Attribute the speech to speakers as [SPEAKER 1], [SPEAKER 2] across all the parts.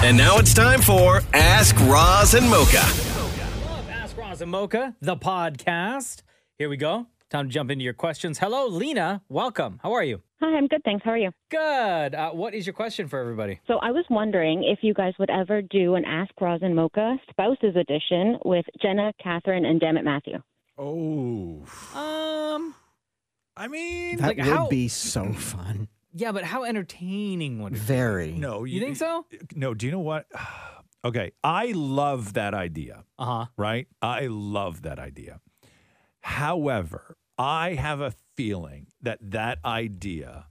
[SPEAKER 1] And now it's time for Ask Roz and Mocha.
[SPEAKER 2] Love Ask Roz and Mocha, the podcast. Here we go. Time to jump into your questions. Hello, Lena. Welcome. How are you?
[SPEAKER 3] Hi, I'm good, thanks. How are you?
[SPEAKER 2] Good. Uh, what is your question for everybody?
[SPEAKER 3] So I was wondering if you guys would ever do an Ask Roz and Mocha Spouses Edition with Jenna, Catherine, and Dammit Matthew.
[SPEAKER 4] Oh,
[SPEAKER 2] Um,
[SPEAKER 4] I mean,
[SPEAKER 5] That
[SPEAKER 2] Like,
[SPEAKER 5] would
[SPEAKER 2] how-
[SPEAKER 5] be so fun.
[SPEAKER 2] yeah, but how entertaining would it be?
[SPEAKER 5] Very.
[SPEAKER 4] no,
[SPEAKER 2] You think so?
[SPEAKER 4] No, do you know what? okay, I love that idea,
[SPEAKER 2] Uh huh.
[SPEAKER 4] right? I love that idea. However, I have a feeling that that idea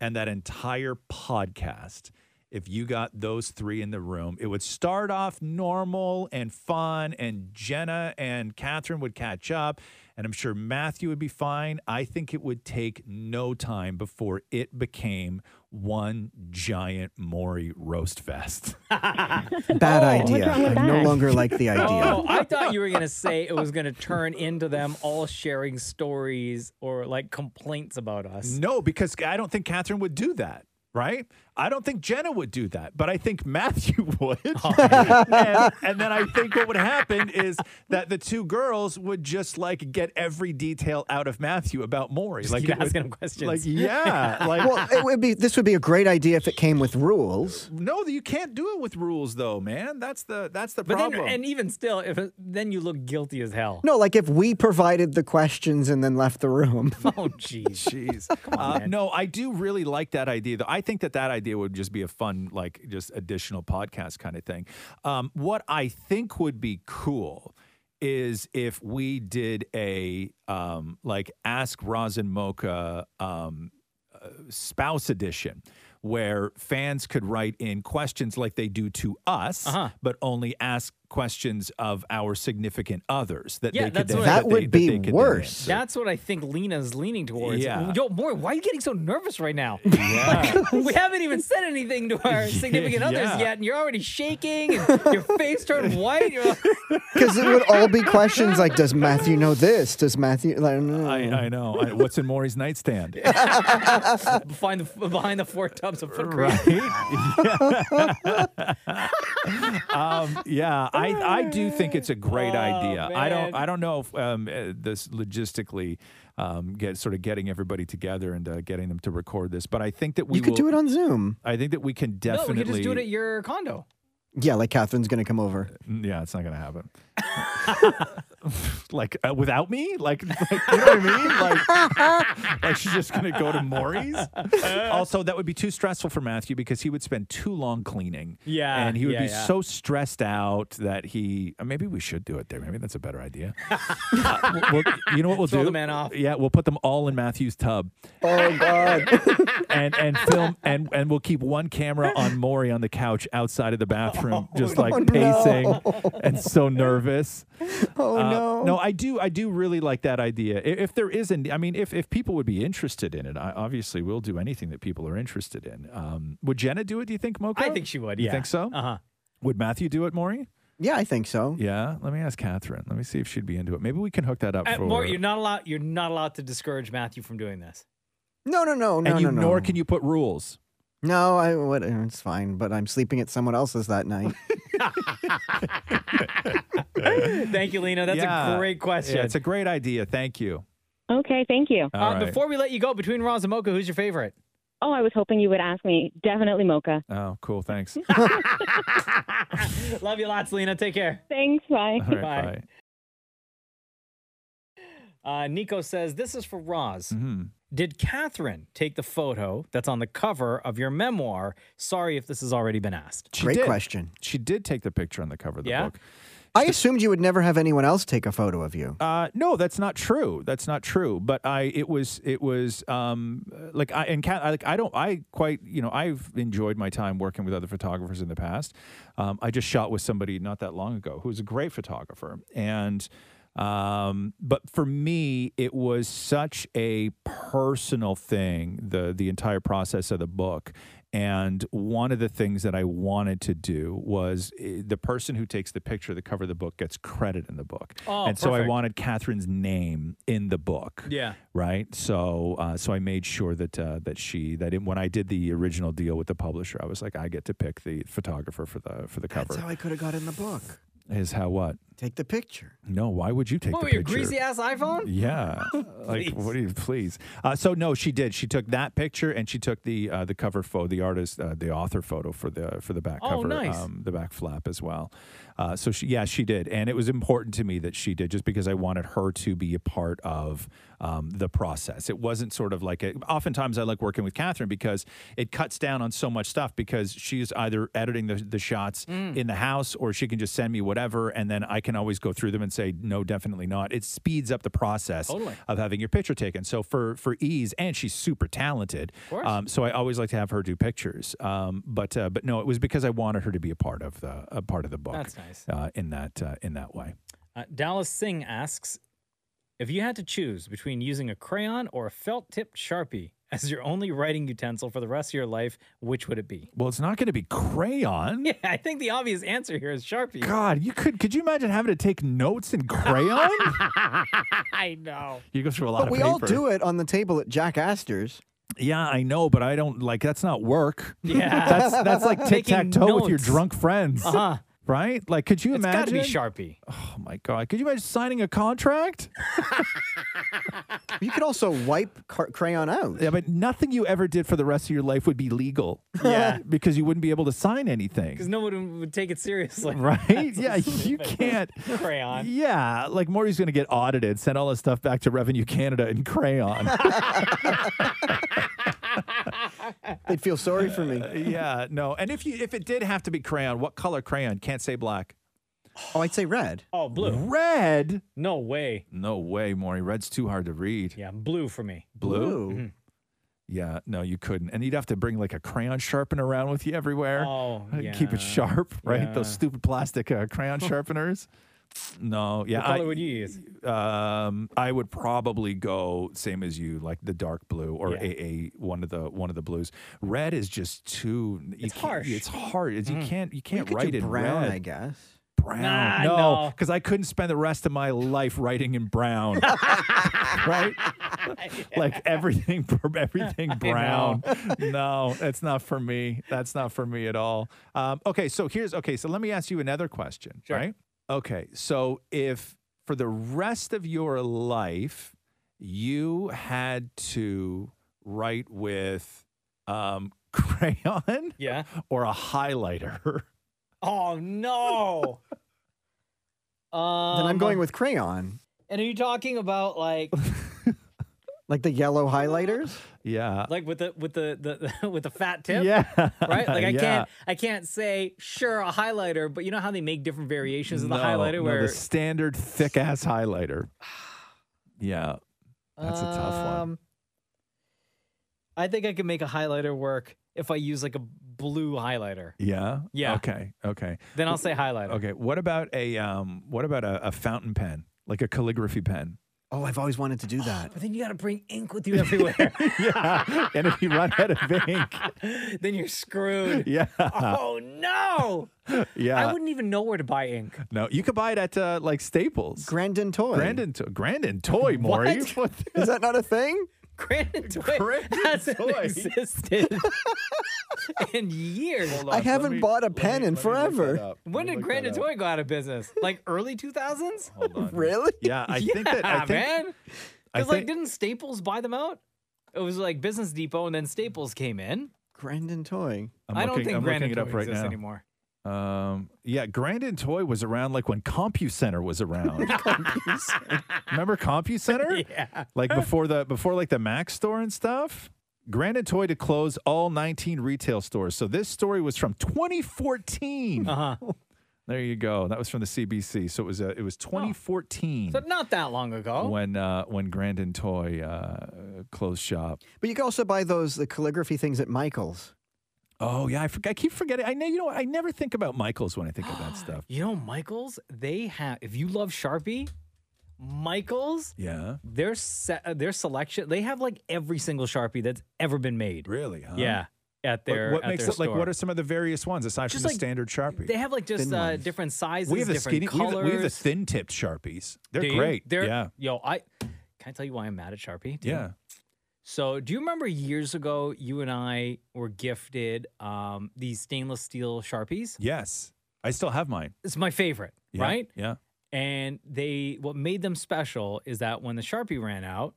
[SPEAKER 4] and that entire podcast, if you got those three in the room, it would start off normal and fun, and Jenna and Catherine would catch up, and I'm sure Matthew would be fine. I think it would take no time before it became one giant Maury roast fest. Oh,
[SPEAKER 5] Bad
[SPEAKER 3] what's
[SPEAKER 5] idea.
[SPEAKER 3] wrong with
[SPEAKER 5] I no
[SPEAKER 3] that?
[SPEAKER 5] longer like the idea.
[SPEAKER 2] Oh, I thought you were going to say it was going to turn into them all sharing stories or like complaints about us.
[SPEAKER 4] No, because I don't think Catherine would do that. Right? I don't think Jenna would do that, but I think Matthew would.
[SPEAKER 2] Oh.
[SPEAKER 4] and, and then I think what would happen is that the two girls would just like get every detail out of Matthew about Maury. like
[SPEAKER 2] keep
[SPEAKER 4] it would-
[SPEAKER 2] asking him questions.
[SPEAKER 4] Like yeah, like
[SPEAKER 5] well, it would be. This would be a great idea if it came with rules.
[SPEAKER 4] no, you can't do it with rules though, man. That's the that's the
[SPEAKER 2] But then,
[SPEAKER 4] problem.
[SPEAKER 2] and even still, if it, then you look guilty as hell.
[SPEAKER 5] No, like if we provided the questions and then left the room.
[SPEAKER 2] Oh, jeez.
[SPEAKER 4] Jeez. Uh, no, I do really like that idea. Though I think that that idea would just be a fun, like, just additional podcast kind of thing. Um, what I think would be cool is if we did a um, like Ask Roz and Mocha um, uh, Spouse Edition. Where fans could write in questions like they do to us,
[SPEAKER 2] Uh-huh.
[SPEAKER 4] but only ask questions of our significant others that
[SPEAKER 2] Yeah,
[SPEAKER 4] they could
[SPEAKER 2] that's
[SPEAKER 4] then-
[SPEAKER 2] what I-
[SPEAKER 5] That
[SPEAKER 4] they-
[SPEAKER 5] would be
[SPEAKER 4] they could then
[SPEAKER 5] worse.
[SPEAKER 4] answer.
[SPEAKER 2] That's what I think Lena's leaning towards.
[SPEAKER 4] Yeah.
[SPEAKER 2] Yo, Maury, why are you getting so nervous right now?
[SPEAKER 4] Yeah.
[SPEAKER 2] we haven't even said anything to our significant others
[SPEAKER 4] Yeah.
[SPEAKER 2] yet, and you're already shaking, and your face turned white. You're like,
[SPEAKER 5] Because it would all be questions like, does Matthew know this? Does Matthew? Like, no.
[SPEAKER 4] I, I know. I, what's in Maury's nightstand?
[SPEAKER 2] behind the behind the four tubs of foot cream.
[SPEAKER 4] right? um, yeah, I, I do think it's a great idea. I don't
[SPEAKER 2] Oh, man.
[SPEAKER 4] I don't know if um, uh, this logistically um, get sort of getting everybody together and uh, getting them to record this, but I think that we
[SPEAKER 5] you could
[SPEAKER 4] will,
[SPEAKER 5] do it on Zoom.
[SPEAKER 4] I think that we can
[SPEAKER 2] No, we
[SPEAKER 4] definitely.
[SPEAKER 2] could just do it at your condo.
[SPEAKER 5] Yeah, like Catherine's gonna come over.
[SPEAKER 4] yeah, it's not gonna happen. like uh, without me, like, like you know what I mean? Like, like she's just gonna go to Maury's. also, that would be too stressful for Matthew because he would spend too long cleaning.
[SPEAKER 2] Yeah,
[SPEAKER 4] and he would
[SPEAKER 2] yeah,
[SPEAKER 4] be
[SPEAKER 2] yeah.
[SPEAKER 4] so stressed out that he. uh, Maybe we should do it there. Maybe that's a better idea. Uh, we'll- we'll- you know what we'll
[SPEAKER 2] Throw
[SPEAKER 4] do?
[SPEAKER 2] the man off.
[SPEAKER 4] Yeah, we'll put them all in Matthew's tub
[SPEAKER 5] Oh God!
[SPEAKER 4] and and film and and we'll keep one camera on Maury on the couch outside of the bathroom, just like pacing and so nervous.
[SPEAKER 5] Oh
[SPEAKER 4] Uh,
[SPEAKER 5] no!
[SPEAKER 4] No, I do. I do really like that idea. I- If, there isn't, I mean, if if people would be interested in it, I obviously we'll do anything that people are interested in. Um, would Jenna do it? Do you think, Mocha?
[SPEAKER 2] I think she would.
[SPEAKER 4] You
[SPEAKER 2] yeah.
[SPEAKER 4] think so?
[SPEAKER 2] Uh huh.
[SPEAKER 4] Would Matthew do it, Maury?
[SPEAKER 5] Yeah, I think so.
[SPEAKER 4] Yeah. Let me ask Catherine. Let me see if she'd be into it. Maybe we can hook that up for.
[SPEAKER 2] Maury, Uh, you're not allowed. You're not allowed to discourage Matthew from doing this.
[SPEAKER 5] No, no, no, no,
[SPEAKER 4] and you,
[SPEAKER 5] no, no.
[SPEAKER 4] nor can you put rules.
[SPEAKER 5] No, I what? It's fine. But I'm sleeping at someone else's that night.
[SPEAKER 2] Thank you, Lena. That's
[SPEAKER 4] Yeah.
[SPEAKER 2] a great question.
[SPEAKER 4] Yeah, it's a great idea. Thank you.
[SPEAKER 3] Okay, thank you.
[SPEAKER 4] All
[SPEAKER 2] uh,
[SPEAKER 4] right.
[SPEAKER 2] Before we let you go, between Roz and Mocha, who's your favorite?
[SPEAKER 3] Oh, I was hoping you would ask me. Definitely Mocha.
[SPEAKER 4] Oh, cool. Thanks.
[SPEAKER 2] Love you lots, Lena. Take care.
[SPEAKER 3] Thanks, bye.
[SPEAKER 4] All right,
[SPEAKER 2] Bye.
[SPEAKER 4] bye.
[SPEAKER 2] Uh, Nico says this is for Roz.
[SPEAKER 4] Mhm.
[SPEAKER 2] Did Catherine take the photo that's on the cover of your memoir? Sorry if this has already been asked.
[SPEAKER 4] She
[SPEAKER 5] Great
[SPEAKER 4] did.
[SPEAKER 5] question.
[SPEAKER 4] She did take the picture on the cover of the
[SPEAKER 2] Yeah?
[SPEAKER 4] book.
[SPEAKER 5] I assumed you would never have anyone else take a photo of you.
[SPEAKER 4] Uh, no, that's not true. That's not true. But I, it was, it was, um, like I and Kat, I, like I don't, I quite, you know, I've enjoyed my time working with other photographers in the past. Um, I just shot with somebody not that long ago who was a great photographer, and Um, but for me, it was such a personal thing, the the entire process of the book. And one of the things that I wanted to do was eh, the person who takes the picture, of the cover of the book, gets credit in the book.
[SPEAKER 2] Oh,
[SPEAKER 4] and so I
[SPEAKER 2] perfect.
[SPEAKER 4] wanted Catherine's name in the book
[SPEAKER 2] Yeah.
[SPEAKER 4] right? So, uh, so I made sure that uh, that she that it, when I did the original deal with the publisher, I was like, I get to pick the photographer for the for the cover.
[SPEAKER 6] That's how I could have got in the book.
[SPEAKER 4] Is how what?
[SPEAKER 6] Take the picture.
[SPEAKER 4] No, why would you take
[SPEAKER 2] What
[SPEAKER 4] the
[SPEAKER 2] were your
[SPEAKER 4] picture?
[SPEAKER 2] greasy ass iPhone?
[SPEAKER 4] yeah, like what do you please? Uh, so no, she did. She took that picture and she took the uh, the cover photo, the artist, uh, the author photo for the for the back
[SPEAKER 2] Oh,
[SPEAKER 4] cover, um,
[SPEAKER 2] nice.
[SPEAKER 4] the back flap as well. Uh, so she, yeah, she did, and it was important to me that she did, just because I wanted her to be a part of um, the process. It wasn't sort of like a, oftentimes I like working with Catherine because it cuts down on so much stuff because she's either editing the, the shots in the house or she can just send me whatever, and then I can always go through them and say no, definitely not. It speeds up the process
[SPEAKER 2] Totally.
[SPEAKER 4] of having your picture taken. So for for ease, and she's super talented.
[SPEAKER 2] course.
[SPEAKER 4] Um, so I always like to have her do pictures. Um, but uh, but no, it was because I wanted her to be a part of the a part of the book.
[SPEAKER 2] That's nice.
[SPEAKER 4] Uh, in that uh, in that way.
[SPEAKER 2] Uh, Dallas Singh asks If you had to choose between using a crayon or a felt tipped Sharpie as your only writing utensil for the rest of your life, which would it be?
[SPEAKER 4] Well, it's not going to be crayon.
[SPEAKER 2] Yeah, I think the obvious answer here is Sharpie.
[SPEAKER 4] God, you could could you imagine having to take notes in crayon?
[SPEAKER 2] I know.
[SPEAKER 4] you go through a lot
[SPEAKER 5] But
[SPEAKER 4] of
[SPEAKER 5] we
[SPEAKER 4] paper.
[SPEAKER 5] all do it on the table at Jack Astor's.
[SPEAKER 4] Yeah, I know, but I don't like that's not work.
[SPEAKER 2] Yeah.
[SPEAKER 4] That's that's like tic tac
[SPEAKER 2] Taking
[SPEAKER 4] toe with your
[SPEAKER 2] notes.
[SPEAKER 4] drunk friends.
[SPEAKER 2] Uh-huh.
[SPEAKER 4] Right? Like could you
[SPEAKER 2] It's got
[SPEAKER 4] imagine
[SPEAKER 2] to be Sharpie.
[SPEAKER 4] Oh my god. Could you imagine signing a contract?
[SPEAKER 5] You could also wipe car- crayon out.
[SPEAKER 4] Yeah, but nothing you ever did for the rest of your life would be legal.
[SPEAKER 2] Yeah.
[SPEAKER 4] because you wouldn't be able to sign anything.
[SPEAKER 2] Because no one would take it seriously.
[SPEAKER 4] Right? Yeah, you can't.
[SPEAKER 2] Crayon.
[SPEAKER 4] Yeah, like Maury's going to get audited, send all his stuff back to Revenue Canada in crayon.
[SPEAKER 5] They'd feel sorry for
[SPEAKER 2] Uh,
[SPEAKER 5] me.
[SPEAKER 4] yeah, no. And if you if it did have to be crayon, what color crayon? Can't say black.
[SPEAKER 6] Oh, I'd say red.
[SPEAKER 2] Oh, blue.
[SPEAKER 4] Red?
[SPEAKER 2] No way.
[SPEAKER 4] No way, Maury. Red's too hard to read.
[SPEAKER 2] Yeah, blue Mm-hmm. for me.
[SPEAKER 4] Blue? Yeah, no, you couldn't. And you'd have to bring like a crayon sharpener around with you everywhere.
[SPEAKER 2] Oh,
[SPEAKER 4] Uh,
[SPEAKER 2] yeah.
[SPEAKER 4] Keep it sharp, right? Those
[SPEAKER 2] Yeah.
[SPEAKER 4] stupid plastic uh, crayon sharpeners. No, yeah.
[SPEAKER 2] What color
[SPEAKER 4] I-
[SPEAKER 2] would you use?
[SPEAKER 4] Um, I would probably go same as you, like the dark blue or
[SPEAKER 2] Yeah.
[SPEAKER 4] AA one of the one of the blues. Red is just too. You
[SPEAKER 2] It's
[SPEAKER 4] can't-
[SPEAKER 2] harsh. Mm.
[SPEAKER 4] It's hard. It's- You can't. You can't
[SPEAKER 5] You could
[SPEAKER 4] write
[SPEAKER 5] do
[SPEAKER 4] in
[SPEAKER 5] brown,
[SPEAKER 4] red.
[SPEAKER 5] I guess.
[SPEAKER 4] Brown.
[SPEAKER 2] Nah,
[SPEAKER 4] no,
[SPEAKER 2] no.
[SPEAKER 4] because I couldn't spend the rest of my life writing in brown. right? Like everything, everything brown. No, that's not for me. That's not for me at all. Um, okay, so here's okay. So let me ask you another question.
[SPEAKER 2] Sure.
[SPEAKER 4] Right? Okay, so if for the rest of your life you had to write with um, crayon
[SPEAKER 2] Yeah.
[SPEAKER 4] or a highlighter.
[SPEAKER 2] Oh, no. um,
[SPEAKER 5] then I'm going with crayon,
[SPEAKER 2] And are you talking about like,
[SPEAKER 5] like the yellow highlighters.
[SPEAKER 4] Yeah.
[SPEAKER 2] like with the with the, the, with the fat tip?
[SPEAKER 4] Yeah.
[SPEAKER 2] Right? Like I
[SPEAKER 4] Yeah.
[SPEAKER 2] can't I can't say sure a highlighter, but you know how they make different variations of the
[SPEAKER 4] No,
[SPEAKER 2] highlighter
[SPEAKER 4] no,
[SPEAKER 2] where
[SPEAKER 4] the standard thick ass highlighter. Yeah. That's a tough one.
[SPEAKER 2] Um, I think I could make a highlighter work if I use like a blue highlighter.
[SPEAKER 4] Yeah.
[SPEAKER 2] yeah.
[SPEAKER 4] Okay. Okay.
[SPEAKER 2] Then I'll say highlighter.
[SPEAKER 4] Okay. What about a um what about a, a fountain pen? Like a calligraphy pen.
[SPEAKER 5] Oh, I've always wanted to do that.
[SPEAKER 2] But then you got to bring ink with you everywhere.
[SPEAKER 4] yeah. And if you run out of ink.
[SPEAKER 2] then you're screwed.
[SPEAKER 4] Yeah.
[SPEAKER 2] Oh no!
[SPEAKER 4] Yeah.
[SPEAKER 2] I wouldn't even know where to buy ink.
[SPEAKER 4] no, you could buy it at uh, like Staples.
[SPEAKER 5] Grandin toy.
[SPEAKER 4] Grandin, to- Grandin toy, Maury.
[SPEAKER 2] What?
[SPEAKER 4] What the-
[SPEAKER 5] Is that not a thing?
[SPEAKER 2] Granite Toy
[SPEAKER 4] Granite
[SPEAKER 2] hasn't
[SPEAKER 4] Toy.
[SPEAKER 2] existed in years.
[SPEAKER 4] Hold
[SPEAKER 5] I
[SPEAKER 4] on, let
[SPEAKER 5] haven't
[SPEAKER 4] me-
[SPEAKER 5] bought a
[SPEAKER 4] let me-
[SPEAKER 5] pen in
[SPEAKER 4] let me look that
[SPEAKER 5] forever.
[SPEAKER 4] up. Let me
[SPEAKER 2] When did
[SPEAKER 4] look that
[SPEAKER 2] Granite
[SPEAKER 4] up.
[SPEAKER 2] Toy go out of business? Like early 2000s?
[SPEAKER 4] Hold on.
[SPEAKER 5] Really?
[SPEAKER 4] Yeah, I think that I
[SPEAKER 2] yeah,
[SPEAKER 4] think
[SPEAKER 2] man.
[SPEAKER 4] I
[SPEAKER 2] Because like,
[SPEAKER 4] think-
[SPEAKER 2] didn't Staples buy them out? It was like Business Depot, and then Staples came in.
[SPEAKER 5] Grandin toy.
[SPEAKER 4] I'm
[SPEAKER 2] I do not
[SPEAKER 4] looking-
[SPEAKER 2] think
[SPEAKER 4] I'm
[SPEAKER 2] Granite
[SPEAKER 4] looking it up
[SPEAKER 2] Toy
[SPEAKER 4] right
[SPEAKER 2] exists
[SPEAKER 4] now.
[SPEAKER 2] anymore.
[SPEAKER 4] Um, yeah, Grandin Toy was around like when CompuCenter was around. Remember CompuCenter?
[SPEAKER 2] Yeah.
[SPEAKER 4] Like before the before like the Mac store and stuff. Grandin Toy to close all 19 retail stores. So this story was from 2014.
[SPEAKER 2] Uh huh.
[SPEAKER 4] There you go. That was from the CBC. So it was uh, it was 2014
[SPEAKER 2] So not that long ago.
[SPEAKER 4] when uh, when Grandin Toy uh, closed shop.
[SPEAKER 5] But you can also buy those the calligraphy things at Michael's.
[SPEAKER 4] Oh yeah, I forgot. I keep forgetting. I know you know. what? I never think about Michaels when I think of that stuff.
[SPEAKER 2] You know, Michaels, they have, if you love Sharpie, Michaels,
[SPEAKER 4] Yeah.
[SPEAKER 2] their se- uh, their selection, they have like every single Sharpie that's ever been made.
[SPEAKER 4] Really? Huh?
[SPEAKER 2] Yeah, at
[SPEAKER 4] What-
[SPEAKER 2] their
[SPEAKER 4] what
[SPEAKER 2] at
[SPEAKER 4] makes
[SPEAKER 2] their
[SPEAKER 4] it like? What
[SPEAKER 2] store.
[SPEAKER 4] are some of the various ones aside from
[SPEAKER 2] Just
[SPEAKER 4] the
[SPEAKER 2] like-
[SPEAKER 4] standard Sharpie?
[SPEAKER 2] they have like just
[SPEAKER 6] Thin
[SPEAKER 2] uh,
[SPEAKER 6] ones.
[SPEAKER 2] different sizes,
[SPEAKER 4] we have the
[SPEAKER 2] different
[SPEAKER 4] skinny. We have
[SPEAKER 2] colors.
[SPEAKER 4] the, we have the thin-tipped Sharpies. They're
[SPEAKER 2] Do you?
[SPEAKER 4] great.
[SPEAKER 2] They're-
[SPEAKER 4] yeah.
[SPEAKER 2] Yo, I can I tell you why I'm mad at Sharpie? dude?
[SPEAKER 4] Yeah.
[SPEAKER 2] So, do you remember years ago you and I were gifted um, these stainless steel Sharpies?
[SPEAKER 4] Yes. I still have mine.
[SPEAKER 2] It's my favorite,
[SPEAKER 4] Yeah,
[SPEAKER 2] right?
[SPEAKER 4] Yeah.
[SPEAKER 2] And they what made them special is that when the Sharpie ran out,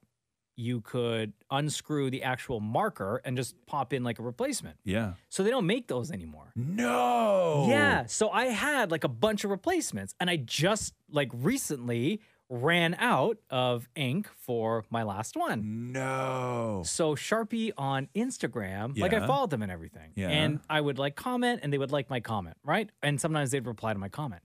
[SPEAKER 2] you could unscrew the actual marker and just pop in like a replacement.
[SPEAKER 4] Yeah.
[SPEAKER 2] So they don't make those anymore.
[SPEAKER 4] No.
[SPEAKER 2] Yeah, so I had like a bunch of replacements and I just like recently ran out of ink for my last one.
[SPEAKER 4] No.
[SPEAKER 2] So Sharpie on Instagram, like I
[SPEAKER 4] Yeah.
[SPEAKER 2] followed them and everything.
[SPEAKER 4] Yeah.
[SPEAKER 2] And I would like comment and they would like my comment, right? And sometimes they'd reply to my comment.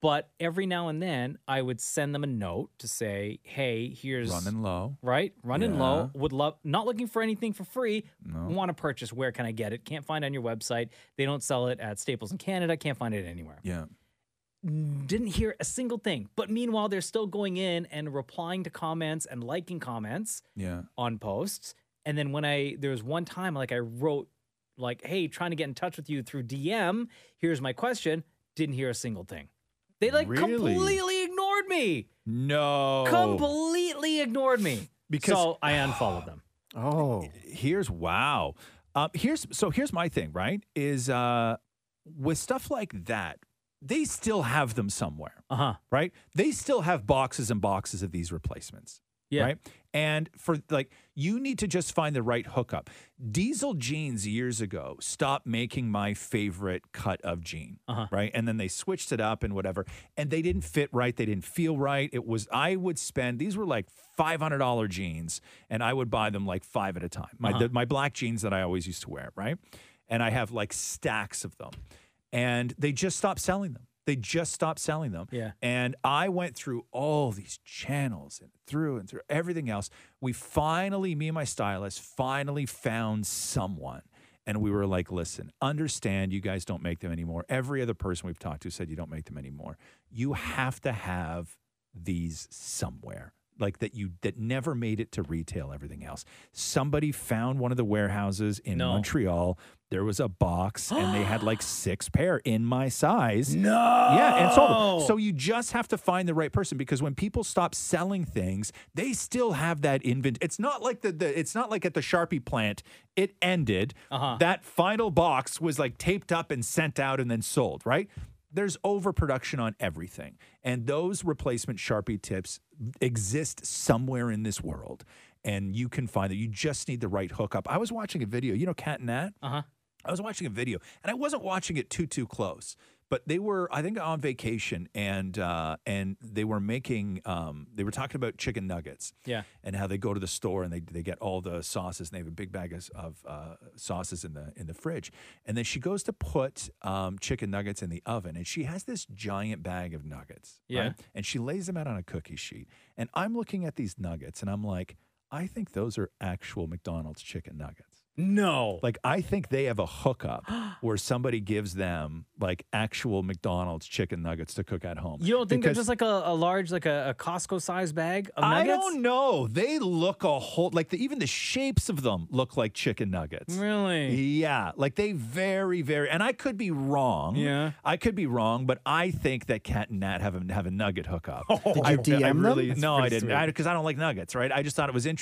[SPEAKER 2] But every now and then I would send them a note to say, hey, here's
[SPEAKER 4] Running low.
[SPEAKER 2] right, running
[SPEAKER 4] Yeah.
[SPEAKER 2] low, would love not looking for anything for free,
[SPEAKER 4] No.
[SPEAKER 2] want to purchase, where can I get it? Can't find it on your website. They don't sell it at Staples in Canada, can't find it anywhere
[SPEAKER 4] Yeah.
[SPEAKER 2] didn't hear a single thing. But meanwhile, they're still going in and replying to comments and liking comments
[SPEAKER 4] Yeah.
[SPEAKER 2] on posts. And then when I there was one time like I wrote like, "Hey, trying to get in touch with you through DM. Here's my question." Didn't hear a single thing. They like
[SPEAKER 4] Really?
[SPEAKER 2] completely ignored me.
[SPEAKER 4] No.
[SPEAKER 2] Completely ignored me.
[SPEAKER 4] Because-
[SPEAKER 2] so I unfollowed them.
[SPEAKER 6] Oh.
[SPEAKER 4] here's wow. Um, here's so here's my thing. Right is uh, with stuff like that, they still have them somewhere.
[SPEAKER 2] Uh huh.
[SPEAKER 4] Right. They still have boxes and boxes of these replacements.
[SPEAKER 2] Yeah.
[SPEAKER 4] Right. And for like, you need to just find the right hookup. Diesel jeans years ago stopped making my favorite cut of jean.
[SPEAKER 2] Uh-huh.
[SPEAKER 4] Right. And then they switched it up and whatever. And they didn't fit right. They didn't feel right. It was, I would spend, these were like $500 jeans and I would buy them like five at a time.
[SPEAKER 2] Uh-huh.
[SPEAKER 4] My, the, my black jeans that I always used to wear. Right. And I have like stacks of them. And they just stopped selling them. They just stopped selling them.
[SPEAKER 2] Yeah.
[SPEAKER 4] And I went through all these channels and through and through everything else. We finally, me and my stylist, finally found someone. And we were like, listen, understand you guys don't make them anymore. Every other person we've talked to said you don't make them anymore. You have to have these somewhere like that you that never made it to retail everything else somebody found one of the warehouses in
[SPEAKER 2] No.
[SPEAKER 4] montreal there was a box and they had like six pair in my size no yeah and sold them. so you just have to find the right person because when people stop selling things they still have that invent it's not like the, the it's not like at the sharpie plant it ended
[SPEAKER 2] Uh-huh.
[SPEAKER 4] that final box was like taped up and sent out and then sold right there's overproduction on everything. And those replacement Sharpie tips exist somewhere in this world. And you can find that you just need the right hookup. I was watching a video, you know, Cat and Nat?
[SPEAKER 2] Uh-huh.
[SPEAKER 4] I was watching a video and I wasn't watching it too, too close, but they were, I think, on vacation and uh, and they were making, um, they were talking about chicken nuggets
[SPEAKER 2] Yeah.
[SPEAKER 4] and how they go to the store and they, they get all the sauces and they have a big bag of, of uh, sauces in the in the fridge and then she goes to put um, chicken nuggets in the oven and she has this giant bag of nuggets
[SPEAKER 2] Yeah.
[SPEAKER 4] and she lays them out on a cookie sheet and I'm looking at these nuggets and I'm like I think those are actual McDonald's chicken nuggets
[SPEAKER 2] No.
[SPEAKER 4] like I think they have a hookup where somebody gives them like actual McDonald's chicken nuggets to cook at home
[SPEAKER 2] you don't think
[SPEAKER 4] Because-
[SPEAKER 2] they're just like a, a large, like a, a Costco size bag of
[SPEAKER 4] I
[SPEAKER 2] nuggets?
[SPEAKER 4] don't know. They look a whole like the, even the shapes of them look like chicken nuggets.
[SPEAKER 2] Really?
[SPEAKER 4] Yeah, like they very very and I could be wrong.
[SPEAKER 2] Yeah.
[SPEAKER 4] I could be wrong, but I think that Cat and Nat have a, have a nugget hookup.
[SPEAKER 2] Oh,
[SPEAKER 4] Did
[SPEAKER 5] you DM them? That's
[SPEAKER 4] no, I
[SPEAKER 2] pretty
[SPEAKER 4] didn't. Because I, don't like nuggets, right? I just thought it was interesting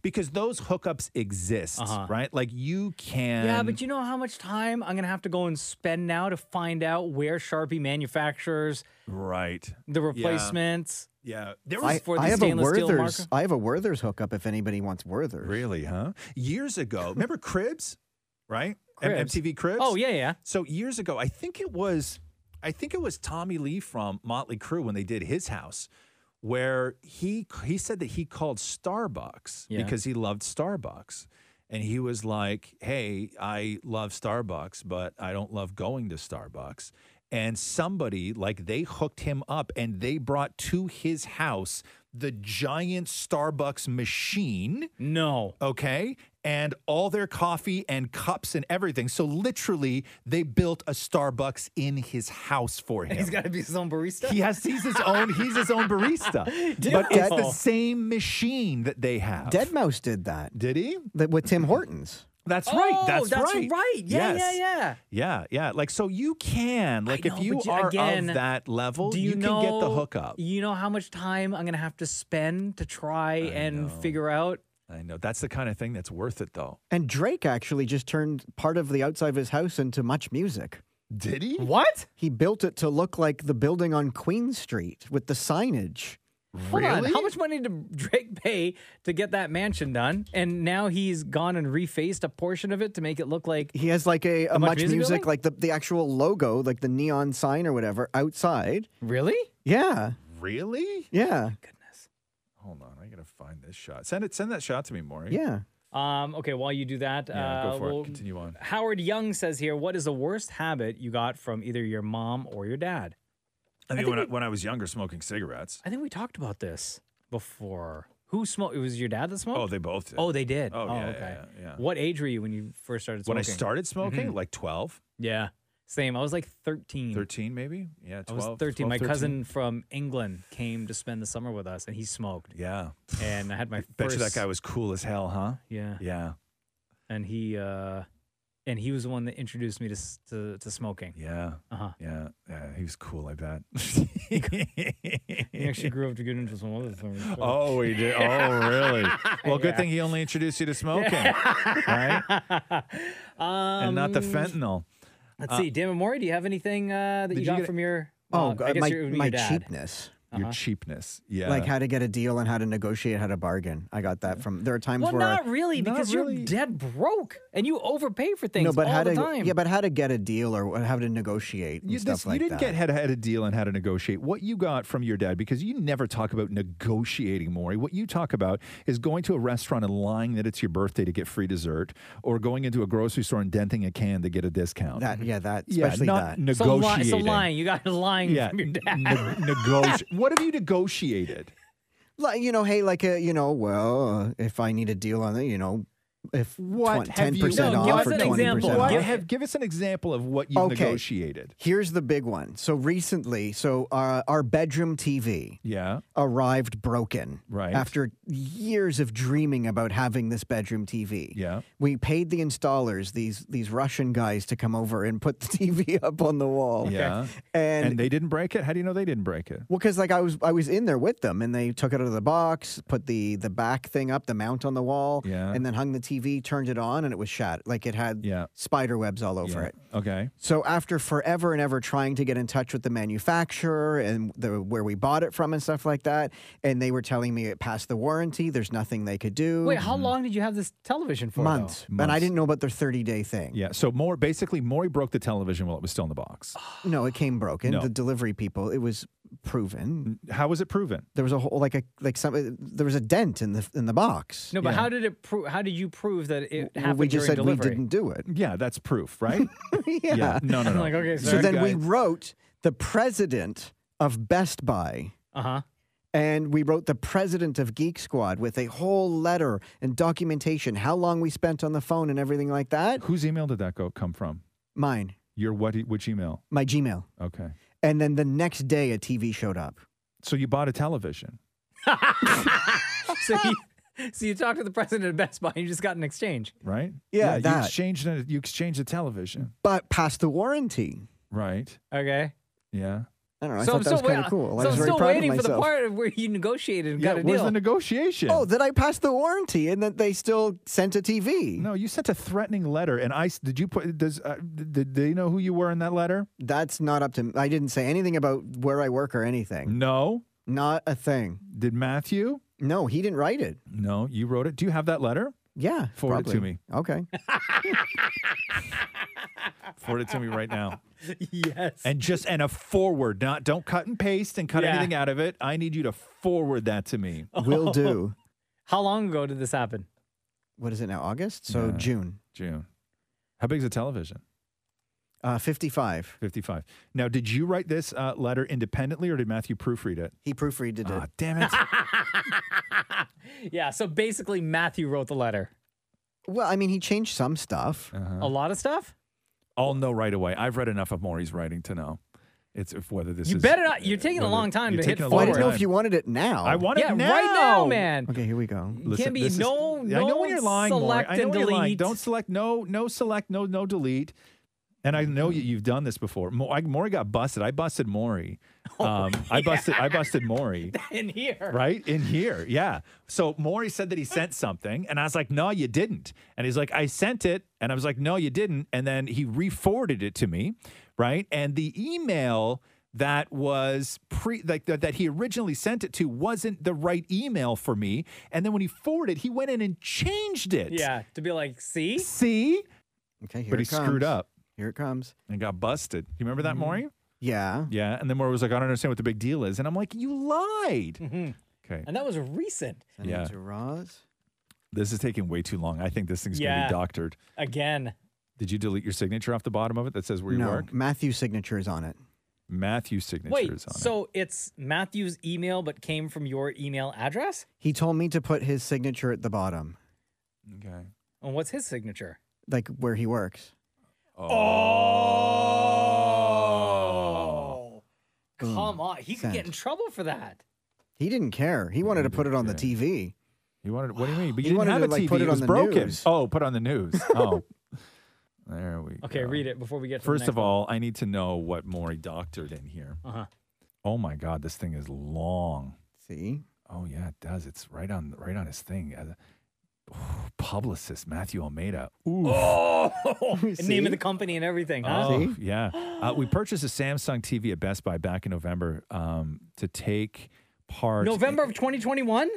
[SPEAKER 4] because those hookups exist,
[SPEAKER 2] Uh-huh.
[SPEAKER 4] right? Like you can.
[SPEAKER 2] Yeah, but you know how much time I'm gonna have to go and spend now to find out where Sharpie manufactures
[SPEAKER 4] right.
[SPEAKER 2] the replacements.
[SPEAKER 4] Yeah, there
[SPEAKER 2] I-
[SPEAKER 4] was
[SPEAKER 2] Just for the
[SPEAKER 5] I have a
[SPEAKER 2] stainless steel
[SPEAKER 5] Werther's.
[SPEAKER 2] marker?
[SPEAKER 5] I have a Werther's hookup. If anybody wants Werther's,
[SPEAKER 4] really, huh? Years ago, remember Cribs, right? M-
[SPEAKER 2] Cribs.
[SPEAKER 4] MTV Cribs.
[SPEAKER 2] Oh yeah, yeah.
[SPEAKER 4] So years ago, I think it was, I think it was Tommy Lee from Motley Crue when they did his house, where he he said that he called Starbucks
[SPEAKER 2] Yeah.
[SPEAKER 4] because he loved Starbucks, and he was like, "Hey, I love Starbucks, but I don't love going to Starbucks." And somebody like they hooked him up and they brought to his house the giant Starbucks machine
[SPEAKER 2] No.
[SPEAKER 4] okay and all their coffee and cups and everything. So literally, they built a Starbucks in his house for him.
[SPEAKER 2] He's got to be his own barista.
[SPEAKER 4] He has he's his own he's his own barista. But it's the same machine that they have.
[SPEAKER 6] Dead Mouse did that.
[SPEAKER 4] Did he?
[SPEAKER 6] that with Tim Hortons.
[SPEAKER 4] That's
[SPEAKER 2] Oh,
[SPEAKER 4] right. That's,
[SPEAKER 2] that's
[SPEAKER 4] right.
[SPEAKER 2] right. Yeah, yeah, yeah.
[SPEAKER 4] Yeah, yeah. Like so you can like
[SPEAKER 2] know,
[SPEAKER 4] if you
[SPEAKER 2] but you-
[SPEAKER 4] are
[SPEAKER 2] again,
[SPEAKER 4] of that level,
[SPEAKER 2] Do you, know,
[SPEAKER 4] can get the hookup.
[SPEAKER 2] You know how much time I'm gonna have to spend to try and figure out.
[SPEAKER 4] I know. That's the kind of thing that's worth it though.
[SPEAKER 6] And Drake actually just turned part of the outside of his house into much music.
[SPEAKER 4] Did he?
[SPEAKER 2] What?
[SPEAKER 6] He built it to look like the building on Queen Street with the signage.
[SPEAKER 2] Hold on. How much money did Drake pay to get that mansion done? And now he's gone and refaced a portion of it to make it look like
[SPEAKER 6] He has like a, a
[SPEAKER 2] Much
[SPEAKER 6] much,
[SPEAKER 2] Music
[SPEAKER 6] music,
[SPEAKER 2] building?
[SPEAKER 6] like the, the actual logo, like the neon sign or whatever, outside.
[SPEAKER 2] really.
[SPEAKER 6] Yeah,
[SPEAKER 4] Really?
[SPEAKER 6] yeah,
[SPEAKER 4] Hold on, I gotta find this shot. Send it send that shot to me, Maury.
[SPEAKER 6] yeah.
[SPEAKER 2] Um, okay, while you do that,
[SPEAKER 4] Yeah,
[SPEAKER 2] uh,
[SPEAKER 4] go for
[SPEAKER 2] we'll-
[SPEAKER 4] it. Continue on.
[SPEAKER 2] Howard Young says here, what is the worst habit you got from either your mom or your dad?
[SPEAKER 4] I mean
[SPEAKER 2] think
[SPEAKER 4] when, I,
[SPEAKER 2] we-
[SPEAKER 4] when I was younger smoking cigarettes.
[SPEAKER 2] I think we talked about this before. Who smoked? It was your dad that smoked.
[SPEAKER 4] Oh, they both did.
[SPEAKER 2] Oh, they did.
[SPEAKER 4] Oh, yeah,
[SPEAKER 2] okay.
[SPEAKER 4] yeah, yeah.
[SPEAKER 2] What age were you when you first started smoking? Mm-hmm.
[SPEAKER 4] when I started smoking, like 12,
[SPEAKER 2] Yeah, same. I was like 13.
[SPEAKER 4] 13 maybe? Yeah, 12.
[SPEAKER 2] Mm. I was 13. My
[SPEAKER 4] 12, 13.
[SPEAKER 2] cousin from England came to spend the summer with us, and he smoked.
[SPEAKER 4] Yeah.
[SPEAKER 2] And I had my
[SPEAKER 4] Bet
[SPEAKER 2] first.
[SPEAKER 4] you that guy was cool as hell, huh?
[SPEAKER 2] Yeah.
[SPEAKER 4] Yeah.
[SPEAKER 2] And he, uh, and he was the one that introduced me to s- to, to smoking.
[SPEAKER 4] Yeah.
[SPEAKER 2] Uh-huh.
[SPEAKER 4] Yeah. Yeah. He was cool, I bet.
[SPEAKER 2] He actually grew up to get into some other things. too.
[SPEAKER 4] oh, he did. Oh, really? Well, good thing he only introduced you to smoking, right? and not the
[SPEAKER 2] Um,
[SPEAKER 4] fentanyl.
[SPEAKER 2] Let's see,
[SPEAKER 6] Uh,
[SPEAKER 2] Damon Mori, do you have anything uh, that you
[SPEAKER 4] you
[SPEAKER 2] got
[SPEAKER 4] get-
[SPEAKER 2] from your?
[SPEAKER 6] Oh,
[SPEAKER 2] well, I
[SPEAKER 6] God,
[SPEAKER 2] guess
[SPEAKER 6] my,
[SPEAKER 2] your,
[SPEAKER 6] my
[SPEAKER 2] your dad. Uh.
[SPEAKER 6] cheapness.
[SPEAKER 2] uh-huh.
[SPEAKER 4] Your cheapness. Yeah.
[SPEAKER 6] Like how to get a deal and how to negotiate, how to bargain. I got that from. There are times
[SPEAKER 2] Well,
[SPEAKER 6] where
[SPEAKER 2] not really,
[SPEAKER 4] Not
[SPEAKER 2] because
[SPEAKER 4] really.
[SPEAKER 2] you're dead broke and you overpay for things
[SPEAKER 6] no, but
[SPEAKER 2] all
[SPEAKER 6] how
[SPEAKER 2] the
[SPEAKER 6] to
[SPEAKER 2] time.
[SPEAKER 6] yeah, but how to get a deal or how to negotiate and
[SPEAKER 4] you,
[SPEAKER 6] stuff
[SPEAKER 4] this- you
[SPEAKER 6] like
[SPEAKER 4] didn't
[SPEAKER 6] that.
[SPEAKER 4] get how to, how to deal and how to negotiate. What you got from your dad, because you never talk about negotiating, Maury. What you talk about is going to a restaurant and lying that it's your birthday to get free dessert, or going into a grocery store and denting a can to get a discount.
[SPEAKER 6] that. Yeah, that
[SPEAKER 4] yeah,
[SPEAKER 6] especially
[SPEAKER 4] not
[SPEAKER 6] that.
[SPEAKER 2] so, li-
[SPEAKER 4] negotiating.
[SPEAKER 2] so lying, you got lying
[SPEAKER 4] Yeah,
[SPEAKER 2] from your
[SPEAKER 4] n-
[SPEAKER 2] dad.
[SPEAKER 4] ne- negoti- What have you negotiated?
[SPEAKER 6] like you know, hey, like a you know, well, uh, if I need a deal on it, you know, if
[SPEAKER 4] What have
[SPEAKER 6] ten
[SPEAKER 4] you-
[SPEAKER 6] percent
[SPEAKER 2] No, give
[SPEAKER 6] off
[SPEAKER 2] us
[SPEAKER 6] or
[SPEAKER 2] an
[SPEAKER 6] twenty
[SPEAKER 2] example.
[SPEAKER 6] percent
[SPEAKER 4] What
[SPEAKER 6] off.
[SPEAKER 2] Give-
[SPEAKER 4] have- give us an example of what you've
[SPEAKER 6] Okay.
[SPEAKER 4] negotiated.
[SPEAKER 6] Here's the big one. So recently, so uh, our bedroom TV
[SPEAKER 4] Yeah,
[SPEAKER 6] arrived broken.
[SPEAKER 4] Right.
[SPEAKER 6] After years of dreaming about having this bedroom TV.
[SPEAKER 4] Yeah.
[SPEAKER 6] We paid the installers, these these Russian guys, to come over and put the TV up on the wall.
[SPEAKER 4] yeah.
[SPEAKER 6] And,
[SPEAKER 4] And, they didn't break it. How do you know they didn't break it?
[SPEAKER 6] well, because like I was I was in there with them, and they took it out of the box, put the the back thing up, the mount on the wall,
[SPEAKER 4] Yeah.
[SPEAKER 6] and then hung the TV, turned it on, and it was shat. Like it had
[SPEAKER 4] Yeah.
[SPEAKER 6] spider webs all over
[SPEAKER 4] Yeah.
[SPEAKER 6] it.
[SPEAKER 4] Okay.
[SPEAKER 6] So after forever and ever trying to get in touch with the manufacturer and the where we bought it from and stuff like that, and they were telling me it passed the warranty. There's nothing they could do.
[SPEAKER 2] Wait, how long did you have this television for? though?
[SPEAKER 6] Mm-hmm. months, and I didn't know about their 30 day thing.
[SPEAKER 4] Yeah. So more basically, Maury broke the television while it was still in the box.
[SPEAKER 6] No, it came broken.
[SPEAKER 4] No. Mm.
[SPEAKER 6] The delivery people, it was proven.
[SPEAKER 4] How was it proven?
[SPEAKER 6] There was a whole like a like some there was a dent in the in the box.
[SPEAKER 2] No, but how did it prove? How did you prove that it
[SPEAKER 6] Well,
[SPEAKER 2] happened
[SPEAKER 6] we
[SPEAKER 2] during
[SPEAKER 6] just said
[SPEAKER 2] delivery?
[SPEAKER 6] we didn't do it.
[SPEAKER 4] Yeah, that's proof, right?
[SPEAKER 6] yeah.
[SPEAKER 4] No, no, no.
[SPEAKER 2] Like, okay,
[SPEAKER 6] So
[SPEAKER 2] Sorry,
[SPEAKER 6] then we
[SPEAKER 4] guy-
[SPEAKER 6] wrote the president of Best Buy.
[SPEAKER 2] Uh huh.
[SPEAKER 6] And we wrote the president of Geek Squad with a whole letter and documentation, how long we spent on the phone and everything like that.
[SPEAKER 4] Whose email did that go come from?
[SPEAKER 6] Mine,
[SPEAKER 4] Your what? e- Which email?
[SPEAKER 6] my Gmail.
[SPEAKER 4] Okay.
[SPEAKER 6] And then the next day, a TV showed up.
[SPEAKER 4] So you bought a television.
[SPEAKER 2] So you, so you talked to the president of Best Buy and you just got an exchange.
[SPEAKER 4] right?
[SPEAKER 6] Yeah,
[SPEAKER 4] you
[SPEAKER 6] that.
[SPEAKER 4] exchanged a, you exchanged a television,
[SPEAKER 6] But past the warranty.
[SPEAKER 4] right?
[SPEAKER 2] Okay.
[SPEAKER 4] Yeah.
[SPEAKER 6] I don't know. I
[SPEAKER 2] so I'm
[SPEAKER 6] thought that was
[SPEAKER 2] still, wait-
[SPEAKER 6] kind of cool. I
[SPEAKER 2] so
[SPEAKER 6] was
[SPEAKER 2] I'm
[SPEAKER 6] very
[SPEAKER 2] still
[SPEAKER 6] proud
[SPEAKER 2] waiting
[SPEAKER 6] of
[SPEAKER 2] for the
[SPEAKER 6] myself.
[SPEAKER 2] part where you negotiated and got a
[SPEAKER 4] where's
[SPEAKER 2] deal.
[SPEAKER 4] the negotiation?
[SPEAKER 6] oh, that I passed the warranty and that they still sent a TV.
[SPEAKER 4] no, you sent a threatening letter, and I s- did you put does uh, did, did they know who you were in that letter?
[SPEAKER 6] That's not up to me. I didn't say anything about where I work or anything.
[SPEAKER 4] No.
[SPEAKER 6] Not a thing.
[SPEAKER 4] Did Matthew?
[SPEAKER 6] No, he didn't write it.
[SPEAKER 4] No, you wrote it. Do you have that letter?
[SPEAKER 6] Yeah.
[SPEAKER 4] Forward it to
[SPEAKER 6] probably.
[SPEAKER 4] me.
[SPEAKER 6] Okay.
[SPEAKER 4] Forward it to me right now.
[SPEAKER 2] yes.
[SPEAKER 4] And just and a forward, not don't cut and paste and cut
[SPEAKER 2] Yeah.
[SPEAKER 4] anything out of it. I need you to forward that to me.
[SPEAKER 6] Will do.
[SPEAKER 2] How long ago did this happen?
[SPEAKER 6] What is it now? August? So
[SPEAKER 4] Yeah.
[SPEAKER 6] June.
[SPEAKER 4] June. How big is a television?
[SPEAKER 6] Uh, 55.
[SPEAKER 4] 55. Now, did you write this uh, letter independently or did Matthew proofread it?
[SPEAKER 6] He proofreaded it.
[SPEAKER 4] Ah, damn it.
[SPEAKER 2] yeah. So basically, Matthew wrote the letter.
[SPEAKER 6] Well, I mean, he changed some stuff.
[SPEAKER 2] A lot of stuff.
[SPEAKER 4] I'll know right away. I've read enough of Maury's writing to know it's if whether this
[SPEAKER 2] You
[SPEAKER 4] is uh,
[SPEAKER 2] better not- you're taking a
[SPEAKER 4] whether-
[SPEAKER 2] long time
[SPEAKER 4] you're
[SPEAKER 2] to hit
[SPEAKER 4] taking a
[SPEAKER 6] Well, I
[SPEAKER 4] long
[SPEAKER 6] didn't know
[SPEAKER 4] time.
[SPEAKER 6] if you wanted it now.
[SPEAKER 4] I want it
[SPEAKER 2] yeah,
[SPEAKER 4] now.
[SPEAKER 2] right now, man.
[SPEAKER 6] Okay, here we go.
[SPEAKER 4] Listen,
[SPEAKER 2] Can't be
[SPEAKER 4] this is-
[SPEAKER 2] no-
[SPEAKER 4] I know
[SPEAKER 2] no
[SPEAKER 4] when you're lying. Maury.
[SPEAKER 2] select
[SPEAKER 4] I know
[SPEAKER 2] and
[SPEAKER 4] when you're lying.
[SPEAKER 2] delete.
[SPEAKER 4] Don't select. No, no select. No, no delete. And
[SPEAKER 2] Oh,
[SPEAKER 4] I know you, you've done this before. Mo- I, Maury got busted. I busted Maury.
[SPEAKER 2] Oh,
[SPEAKER 4] um, I busted. I busted Maury.
[SPEAKER 2] In here.
[SPEAKER 4] Right in here, yeah. So Maury said that he sent something, and I was like, "No, you didn't." And he's like, "I sent it," and I was like, "No, you didn't." And then he re-forwarded it to me, right? And the email that was pre like that, that he originally sent it to wasn't the right email for me. And then when he forwarded, he went in and changed it.
[SPEAKER 2] Yeah. To be like, see,
[SPEAKER 4] See,
[SPEAKER 6] Okay, here
[SPEAKER 4] but
[SPEAKER 6] it
[SPEAKER 4] he screwed
[SPEAKER 6] comes.
[SPEAKER 4] up
[SPEAKER 6] Here it comes.
[SPEAKER 4] and got busted. You remember that, Maury?
[SPEAKER 6] Yeah.
[SPEAKER 4] Yeah. And then Maury was like, "I don't understand what the big deal is," and I'm like, "You lied." Okay.
[SPEAKER 2] and that was recent
[SPEAKER 6] Send it
[SPEAKER 4] Yeah.
[SPEAKER 6] To Roz.
[SPEAKER 4] This is taking way too long. I think this thing's gonna
[SPEAKER 2] Yeah.
[SPEAKER 4] be doctored.
[SPEAKER 2] again.
[SPEAKER 4] Did you delete your signature off the bottom of it that says where you
[SPEAKER 6] No,
[SPEAKER 4] work?
[SPEAKER 6] Matthew's signature is on it.
[SPEAKER 4] Matthew's signature
[SPEAKER 2] Wait,
[SPEAKER 4] is on it.
[SPEAKER 2] so it's Matthew's email, but came from your email address.
[SPEAKER 6] He told me to put his signature at the bottom,
[SPEAKER 4] Okay.
[SPEAKER 2] And what's his signature?
[SPEAKER 6] like where he works.
[SPEAKER 4] Oh.
[SPEAKER 2] Oh, come on! He could get
[SPEAKER 6] Sent.
[SPEAKER 2] in trouble for that.
[SPEAKER 6] He didn't care. He wanted to put it on the TV.
[SPEAKER 4] You wanted what do you mean? But you
[SPEAKER 6] He
[SPEAKER 4] didn't
[SPEAKER 6] wanted
[SPEAKER 4] have
[SPEAKER 6] to,
[SPEAKER 4] a
[SPEAKER 6] like,
[SPEAKER 4] TV.
[SPEAKER 6] put it
[SPEAKER 4] it
[SPEAKER 6] on
[SPEAKER 4] was
[SPEAKER 6] the
[SPEAKER 4] broken.
[SPEAKER 6] news.
[SPEAKER 4] Oh, put on the news. Oh. there we go.
[SPEAKER 2] Okay, read it before we get. To
[SPEAKER 4] First of all, I need to know what Maury doctored in here.
[SPEAKER 2] Uh-huh.
[SPEAKER 4] Oh my god, this thing is long.
[SPEAKER 6] See?
[SPEAKER 4] Oh yeah, it does. It's right on right on his thing. Uh, oh, publicist Matthew Almeida. Ooh.
[SPEAKER 2] all, Oh, name of the company and everything. Huh?
[SPEAKER 4] Oh, yeah. Uh, we purchased a Samsung TV at Best Buy back in November um, to take part.
[SPEAKER 2] November of 2021.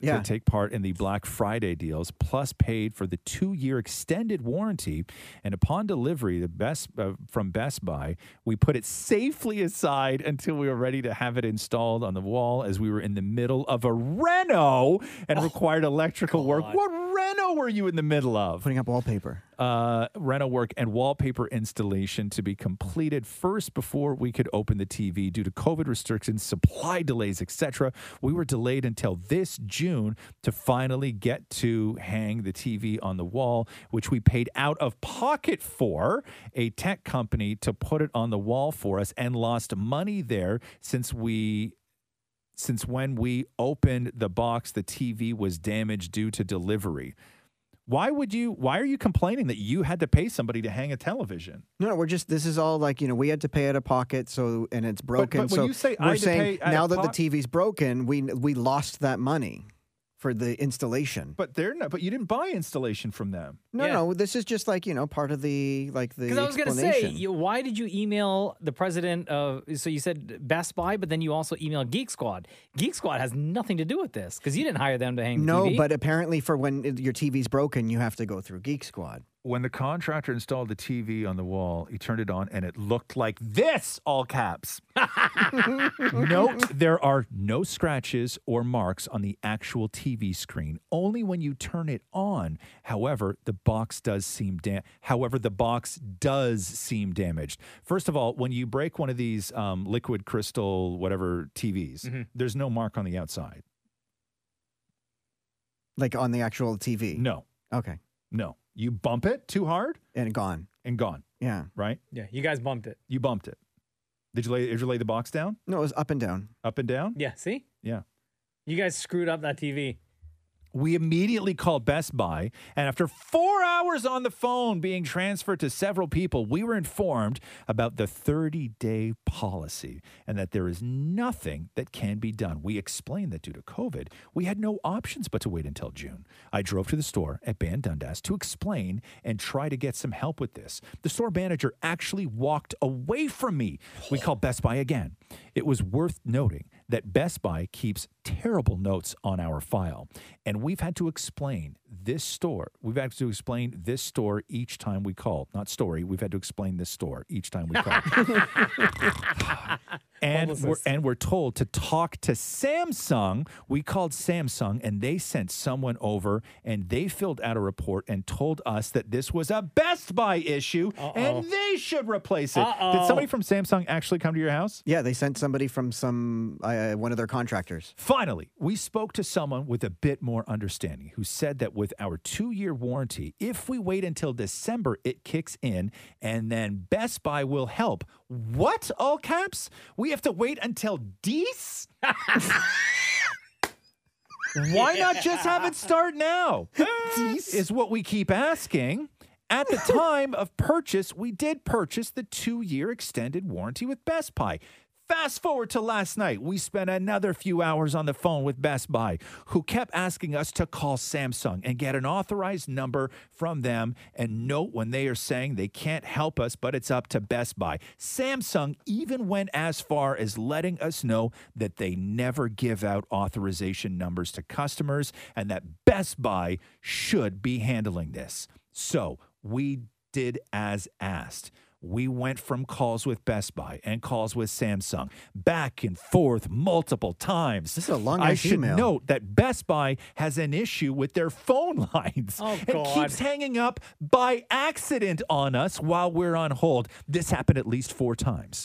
[SPEAKER 6] Yeah.
[SPEAKER 4] To take part in the Black Friday deals, plus paid for the two-year extended warranty, and upon delivery, the best uh, from Best Buy, we put it safely aside until we were ready to have it installed on the wall, as we were in the middle of a reno and required electrical work. What reno were you in the middle of?
[SPEAKER 6] Putting up wallpaper.
[SPEAKER 4] uh, rental work and wallpaper installation to be completed first before we could open the TV due to COVID restrictions, supply delays, etc. We were delayed until this June to finally get to hang the TV on the wall, which we paid out of pocket for a tech company to put it on the wall for us and lost money there since we since when we opened the box the TV was damaged due to delivery. Why would you? Why are you complaining that you had to pay somebody to hang a television?
[SPEAKER 6] No, no, we're just. This is all like you know. We had to pay out of pocket, so and it's broken.
[SPEAKER 4] but when
[SPEAKER 6] so
[SPEAKER 4] you say I
[SPEAKER 6] we're
[SPEAKER 4] had to
[SPEAKER 6] saying
[SPEAKER 4] pay out
[SPEAKER 6] now
[SPEAKER 4] of
[SPEAKER 6] that
[SPEAKER 4] poc-
[SPEAKER 6] the TV's broken, we we lost that money for the installation.
[SPEAKER 4] But they're not. But you didn't buy installation from them.
[SPEAKER 6] no,
[SPEAKER 2] Yeah.
[SPEAKER 6] no, this is just like you know part of the like the
[SPEAKER 2] Because I was going to say,
[SPEAKER 6] explanation.
[SPEAKER 2] you, why did you email the president of? So you said Best Buy, but then you also emailed Geek Squad. Geek Squad has nothing to do with this because you didn't hire them to hang. the
[SPEAKER 6] no,
[SPEAKER 2] TV.
[SPEAKER 6] but apparently for when it- your TV's broken, you have to go through Geek Squad.
[SPEAKER 4] When the contractor installed the TV on the wall, he turned it on and it looked like this, all caps. Note there are no scratches or marks on the actual TV screen, only when you turn it on. However, the box does seem dam- however the box does seem damaged. First of all, when you break one of these um, liquid crystal whatever TVs, there's no mark on the outside.
[SPEAKER 6] Like on the actual TV.
[SPEAKER 4] No.
[SPEAKER 6] Okay.
[SPEAKER 4] No. You bump it too hard
[SPEAKER 6] And gone.
[SPEAKER 4] and gone,
[SPEAKER 6] Yeah.
[SPEAKER 4] right?
[SPEAKER 2] yeah, you guys bumped it.
[SPEAKER 4] You bumped it. Did you lay did you lay the box down?
[SPEAKER 6] No, it was up and down.
[SPEAKER 4] Up and down?
[SPEAKER 2] Yeah, see,
[SPEAKER 4] Yeah.
[SPEAKER 2] you guys screwed up that TV.
[SPEAKER 4] We immediately called Best Buy, and after four hours on the phone being transferred to several people, we were informed about the 30 day policy and that there is nothing that can be done. We explained that due to COVID, we had no options but to wait until June. I drove to the store at Ban Dundas to explain and try to get some help with this. The store manager actually walked away from me. We called Best Buy again. It was worth noting that Best Buy keeps terrible notes on our file. And we've had to explain this store. We've had to explain this store each time we call. Not story. We've had to explain this store each time we call. and we're,
[SPEAKER 2] Publicist.
[SPEAKER 4] and we're told to talk to Samsung. We called Samsung and they sent someone over and they filled out a report and told us that this was a Best Buy issue and they should replace it. Did somebody from Samsung actually come to your house?
[SPEAKER 6] Yeah, they sent somebody from some uh, one of their contractors.
[SPEAKER 4] Finally, we spoke to someone with a bit more understanding who said that with with our two year warranty. If we wait until December, it kicks in, and then Best Buy will help. What? All caps? We have to wait until Dece? Why not just have it start now? Is what we keep asking. At the time of purchase, we did purchase the two year extended warranty with Best Buy. Fast forward to last night, we spent another few hours on the phone with Best Buy, who kept asking us to call Samsung and get an authorized number from them. And note when they are saying they can't help us, but it's up to Best Buy. Samsung even went as far as letting us know that they never give out authorization numbers to customers and that Best Buy should be handling this. So we did as asked. We went from calls with Best Buy and calls with Samsung back and forth multiple times.
[SPEAKER 6] This is a long
[SPEAKER 4] I
[SPEAKER 6] ass
[SPEAKER 4] should
[SPEAKER 6] email.
[SPEAKER 4] note that Best Buy has an issue with their phone lines
[SPEAKER 2] Oh,
[SPEAKER 4] and
[SPEAKER 2] God.
[SPEAKER 4] keeps hanging up by accident on us while we're on hold. This happened at least four times.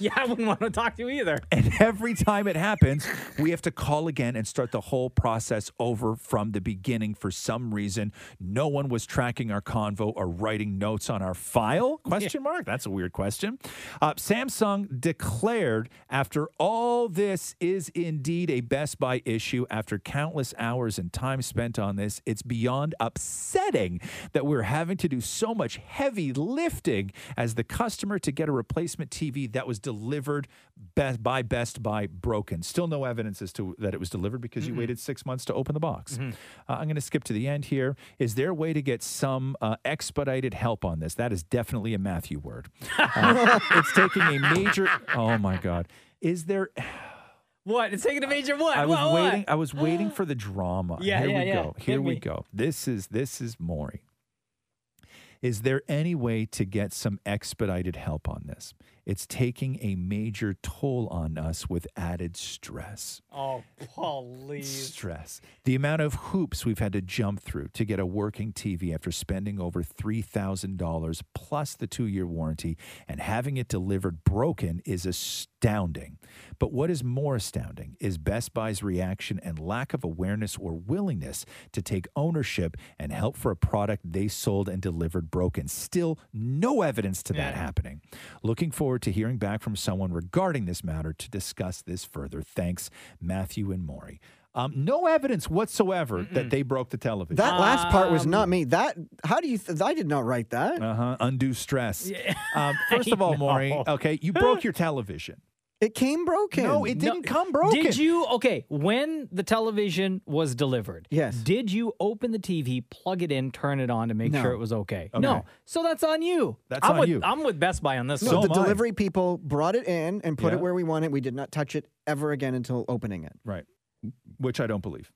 [SPEAKER 2] Yeah, I wouldn't want to talk to you either.
[SPEAKER 4] And every time it happens, we have to call again and start the whole process over from the beginning for some reason. No one was tracking our convo or writing notes on our file? Question mark. That's a weird question. Uh, Samsung declared after all this is indeed a Best Buy issue after countless hours and time spent on this, it's beyond upsetting that we're having to do so much heavy lifting as the customer to get a replacement TV that was delivered best by Best Buy broken. Still no evidence as to that it was delivered because you waited six months to open the box. Uh, I'm going to skip to the end here. Is there a way to get some uh, expedited help on this? That is definitely a Matthew word. Uh, it's taking a major. Oh my God. Is there?
[SPEAKER 2] What? It's taking a major what?
[SPEAKER 4] I was
[SPEAKER 2] what, what?
[SPEAKER 4] waiting. I was waiting for the drama.
[SPEAKER 2] Yeah,
[SPEAKER 4] Here
[SPEAKER 2] yeah,
[SPEAKER 4] we
[SPEAKER 2] yeah.
[SPEAKER 4] go.
[SPEAKER 2] Hit
[SPEAKER 4] Here we
[SPEAKER 2] me.
[SPEAKER 4] go. This is this is Maury. Is there any way to get some expedited help on this? It's taking a major toll on us with added stress.
[SPEAKER 2] Oh, please.
[SPEAKER 4] Stress. The amount of hoops we've had to jump through to get a working TV after spending over $3,000 plus the two year warranty and having it delivered broken is astounding. But what is more astounding is Best Buy's reaction and lack of awareness or willingness to take ownership and help for a product they sold and delivered broken. Still no evidence to that
[SPEAKER 2] Yeah.
[SPEAKER 4] happening. Looking forward to hearing back from someone regarding this matter to discuss this further. Thanks, Matthew and Maury. Um, no evidence whatsoever that they broke the television.
[SPEAKER 6] That last part was
[SPEAKER 2] Um,
[SPEAKER 6] not me. That how do you? Th- I did not write that.
[SPEAKER 4] uh-huh, undue stress. Um, first of all, Maury,
[SPEAKER 2] know.
[SPEAKER 4] okay, you broke your television.
[SPEAKER 6] It came broken.
[SPEAKER 4] No, it
[SPEAKER 2] No,
[SPEAKER 4] didn't come broken.
[SPEAKER 2] Did you okay, when the television was delivered,
[SPEAKER 6] Yes.
[SPEAKER 2] did you open the TV, plug it in, turn it on to make
[SPEAKER 6] No.
[SPEAKER 2] sure it was okay?
[SPEAKER 4] Okay.
[SPEAKER 2] No. So that's on you.
[SPEAKER 4] That's
[SPEAKER 2] I'm
[SPEAKER 4] on
[SPEAKER 2] with,
[SPEAKER 4] you.
[SPEAKER 2] I'm with Best Buy on this
[SPEAKER 4] No,
[SPEAKER 6] No,
[SPEAKER 2] one.
[SPEAKER 6] the
[SPEAKER 4] am I.
[SPEAKER 6] delivery people brought it in and put
[SPEAKER 4] Yeah.
[SPEAKER 6] it where we want it. We did not touch it ever again until opening it.
[SPEAKER 4] Right. Which I don't believe.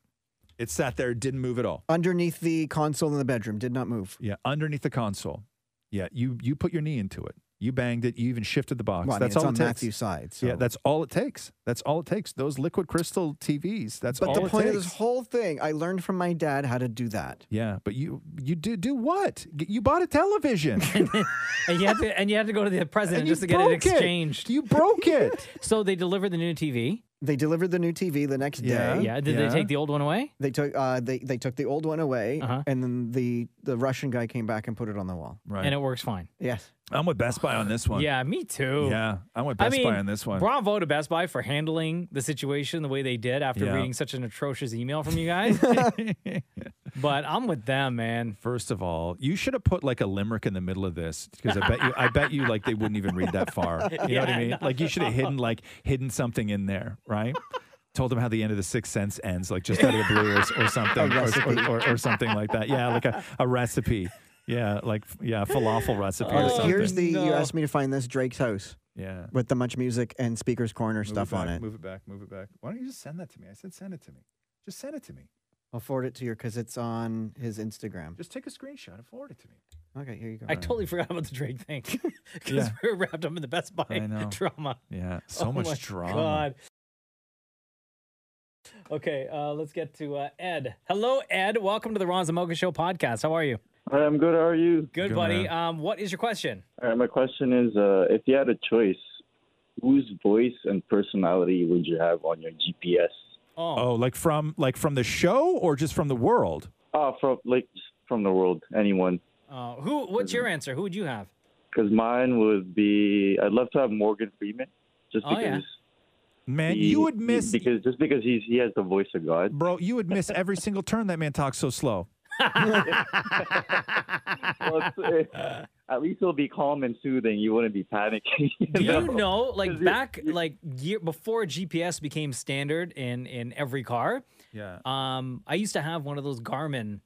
[SPEAKER 4] It sat there, didn't move at all.
[SPEAKER 6] Underneath the console in the bedroom, did not move.
[SPEAKER 4] Yeah, underneath the console. Yeah, you you put your knee into it. You banged it. You even shifted the box.
[SPEAKER 6] Well, I mean,
[SPEAKER 4] that's
[SPEAKER 6] it's
[SPEAKER 4] all
[SPEAKER 6] on
[SPEAKER 4] it takes.
[SPEAKER 6] Matthew's side. So.
[SPEAKER 4] Yeah, that's all it takes. That's all it takes. Those liquid crystal TVs. That's
[SPEAKER 6] But
[SPEAKER 4] all
[SPEAKER 6] the
[SPEAKER 4] it
[SPEAKER 6] point
[SPEAKER 4] takes.
[SPEAKER 6] of this whole thing, I learned from my dad how to do that.
[SPEAKER 4] yeah, but you you do do what? G- You bought a television and,
[SPEAKER 2] and you had to and you had to go to the president
[SPEAKER 4] you
[SPEAKER 2] just to get it
[SPEAKER 4] broke
[SPEAKER 2] exchanged.
[SPEAKER 4] You broke it.
[SPEAKER 2] So they delivered the new TV.
[SPEAKER 6] They delivered the new TV the next
[SPEAKER 4] Yeah.
[SPEAKER 6] day.
[SPEAKER 2] Yeah. Did
[SPEAKER 4] Yeah.
[SPEAKER 2] they take the old one away?
[SPEAKER 6] They took uh, they they took the old one away,
[SPEAKER 2] Uh-huh.
[SPEAKER 6] and then the the Russian guy came back and put it on the wall.
[SPEAKER 4] right.
[SPEAKER 2] And it works fine.
[SPEAKER 6] Yes,
[SPEAKER 4] I'm with Best Buy on this one.
[SPEAKER 2] Yeah, me too.
[SPEAKER 4] Yeah, I'm with
[SPEAKER 2] I
[SPEAKER 4] Best
[SPEAKER 2] mean,
[SPEAKER 4] Buy on this one.
[SPEAKER 2] Bravo to Best Buy for handling the situation the way they did after
[SPEAKER 4] Yeah.
[SPEAKER 2] reading such an atrocious email from you guys. but I'm with them, man.
[SPEAKER 4] First of all, you should have put like a limerick in the middle of this because I bet you, I bet you, like they wouldn't even read that far. You know what I
[SPEAKER 2] Yeah,
[SPEAKER 4] mean? Like you should have hidden, like hidden something in there, right? Told them how the end of the Sixth Sense ends, like just out of the blue, or, or something, or, or, or, or something like that. Yeah, like a, a recipe. Yeah, like yeah, falafel recipe.
[SPEAKER 2] Oh,
[SPEAKER 4] or
[SPEAKER 6] Here's-
[SPEAKER 4] Oh, something.
[SPEAKER 6] here's the you
[SPEAKER 2] no.
[SPEAKER 6] asked me to find this Drake's house
[SPEAKER 4] yeah.
[SPEAKER 6] with the much music and speakers corner
[SPEAKER 4] Move
[SPEAKER 6] stuff
[SPEAKER 4] back,
[SPEAKER 6] on it.
[SPEAKER 4] Move it back. Move it back. Why don't you just send that to me? I said send it to me. Just send it to me.
[SPEAKER 6] I'll forward it to you because it's on his Instagram.
[SPEAKER 4] Just take a screenshot and forward it to me.
[SPEAKER 6] Okay, here you go.
[SPEAKER 2] I totally forgot about the Drake thing because
[SPEAKER 4] Yeah.
[SPEAKER 2] we were wrapped up in the Best Buy
[SPEAKER 4] I know.
[SPEAKER 2] drama.
[SPEAKER 4] Yeah. So
[SPEAKER 2] Oh my
[SPEAKER 4] much drama.
[SPEAKER 2] God. Okay, uh, let's get to uh, Ed. Hello, Ed. Welcome to the Ron Zamoka Show podcast. How are you?
[SPEAKER 7] Hi, I'm good. How are you?
[SPEAKER 2] Good,
[SPEAKER 4] Good,
[SPEAKER 2] buddy.
[SPEAKER 4] man.
[SPEAKER 2] Um, what is your question?
[SPEAKER 7] All right, my question is uh, if you had a choice, whose voice and personality would you have on your GPS?
[SPEAKER 2] Oh,
[SPEAKER 4] Oh, like from like from the show or just from the world?
[SPEAKER 7] Oh, from like just from the world, anyone.
[SPEAKER 4] Oh.
[SPEAKER 2] Uh, who? What's your answer? Who would you have?
[SPEAKER 7] Because mine would be. I'd love to have Morgan Freeman, just
[SPEAKER 2] Oh,
[SPEAKER 7] because.
[SPEAKER 2] yeah.
[SPEAKER 4] Man,
[SPEAKER 7] he-
[SPEAKER 4] you would miss,
[SPEAKER 7] because just because he's he has the voice of God.
[SPEAKER 4] bro. You would miss every single turn that man talks so slow.
[SPEAKER 7] Well, it's- uh, at least it'll be calm and soothing. You wouldn't be panicking. you
[SPEAKER 2] Do you
[SPEAKER 7] know?
[SPEAKER 2] know, like
[SPEAKER 7] 'Cause you-
[SPEAKER 2] back, like year before GPS became standard in in every car,
[SPEAKER 4] Yeah.
[SPEAKER 2] um, I used to have one of those Garmin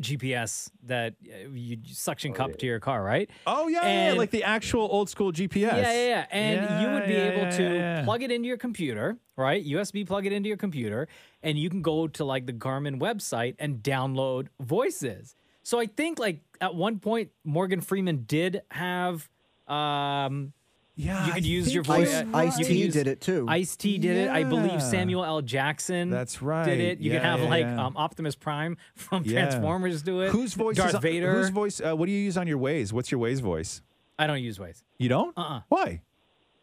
[SPEAKER 2] GPS that uh, you suction cup to your car, right?
[SPEAKER 4] Oh yeah,
[SPEAKER 2] And-
[SPEAKER 4] yeah, like the actual old school GPS.
[SPEAKER 2] Yeah, yeah, yeah. And you would be
[SPEAKER 4] Yeah,
[SPEAKER 2] able
[SPEAKER 4] yeah,
[SPEAKER 2] to
[SPEAKER 4] yeah, yeah.
[SPEAKER 2] plug it into your computer, right? USB plug it into your computer, and you can go to like the Garmin website and download voices. So I think like at one point Morgan Freeman did have um
[SPEAKER 4] Yeah,
[SPEAKER 2] you could
[SPEAKER 4] I
[SPEAKER 2] use your
[SPEAKER 4] think
[SPEAKER 2] voice.
[SPEAKER 4] you're
[SPEAKER 6] Ice,
[SPEAKER 2] you
[SPEAKER 4] right.
[SPEAKER 6] Ice
[SPEAKER 2] could
[SPEAKER 6] T
[SPEAKER 2] use-
[SPEAKER 6] did it too.
[SPEAKER 2] Ice T did it. I
[SPEAKER 4] Yeah.
[SPEAKER 2] believe Samuel L. Jackson.
[SPEAKER 4] That's
[SPEAKER 2] Did
[SPEAKER 4] right.
[SPEAKER 2] it. You could
[SPEAKER 4] Yeah,
[SPEAKER 2] have
[SPEAKER 4] yeah,
[SPEAKER 2] like
[SPEAKER 4] yeah.
[SPEAKER 2] um, Optimus Prime from
[SPEAKER 4] Yeah.
[SPEAKER 2] Transformers do it.
[SPEAKER 4] Whose voice?
[SPEAKER 2] Darth
[SPEAKER 4] is on,
[SPEAKER 2] Vader.
[SPEAKER 4] Whose voice? Uh, what do you use on your Waze? What's your Waze voice?
[SPEAKER 2] I don't use Waze.
[SPEAKER 4] You don't?
[SPEAKER 2] Uh-uh.
[SPEAKER 4] Why?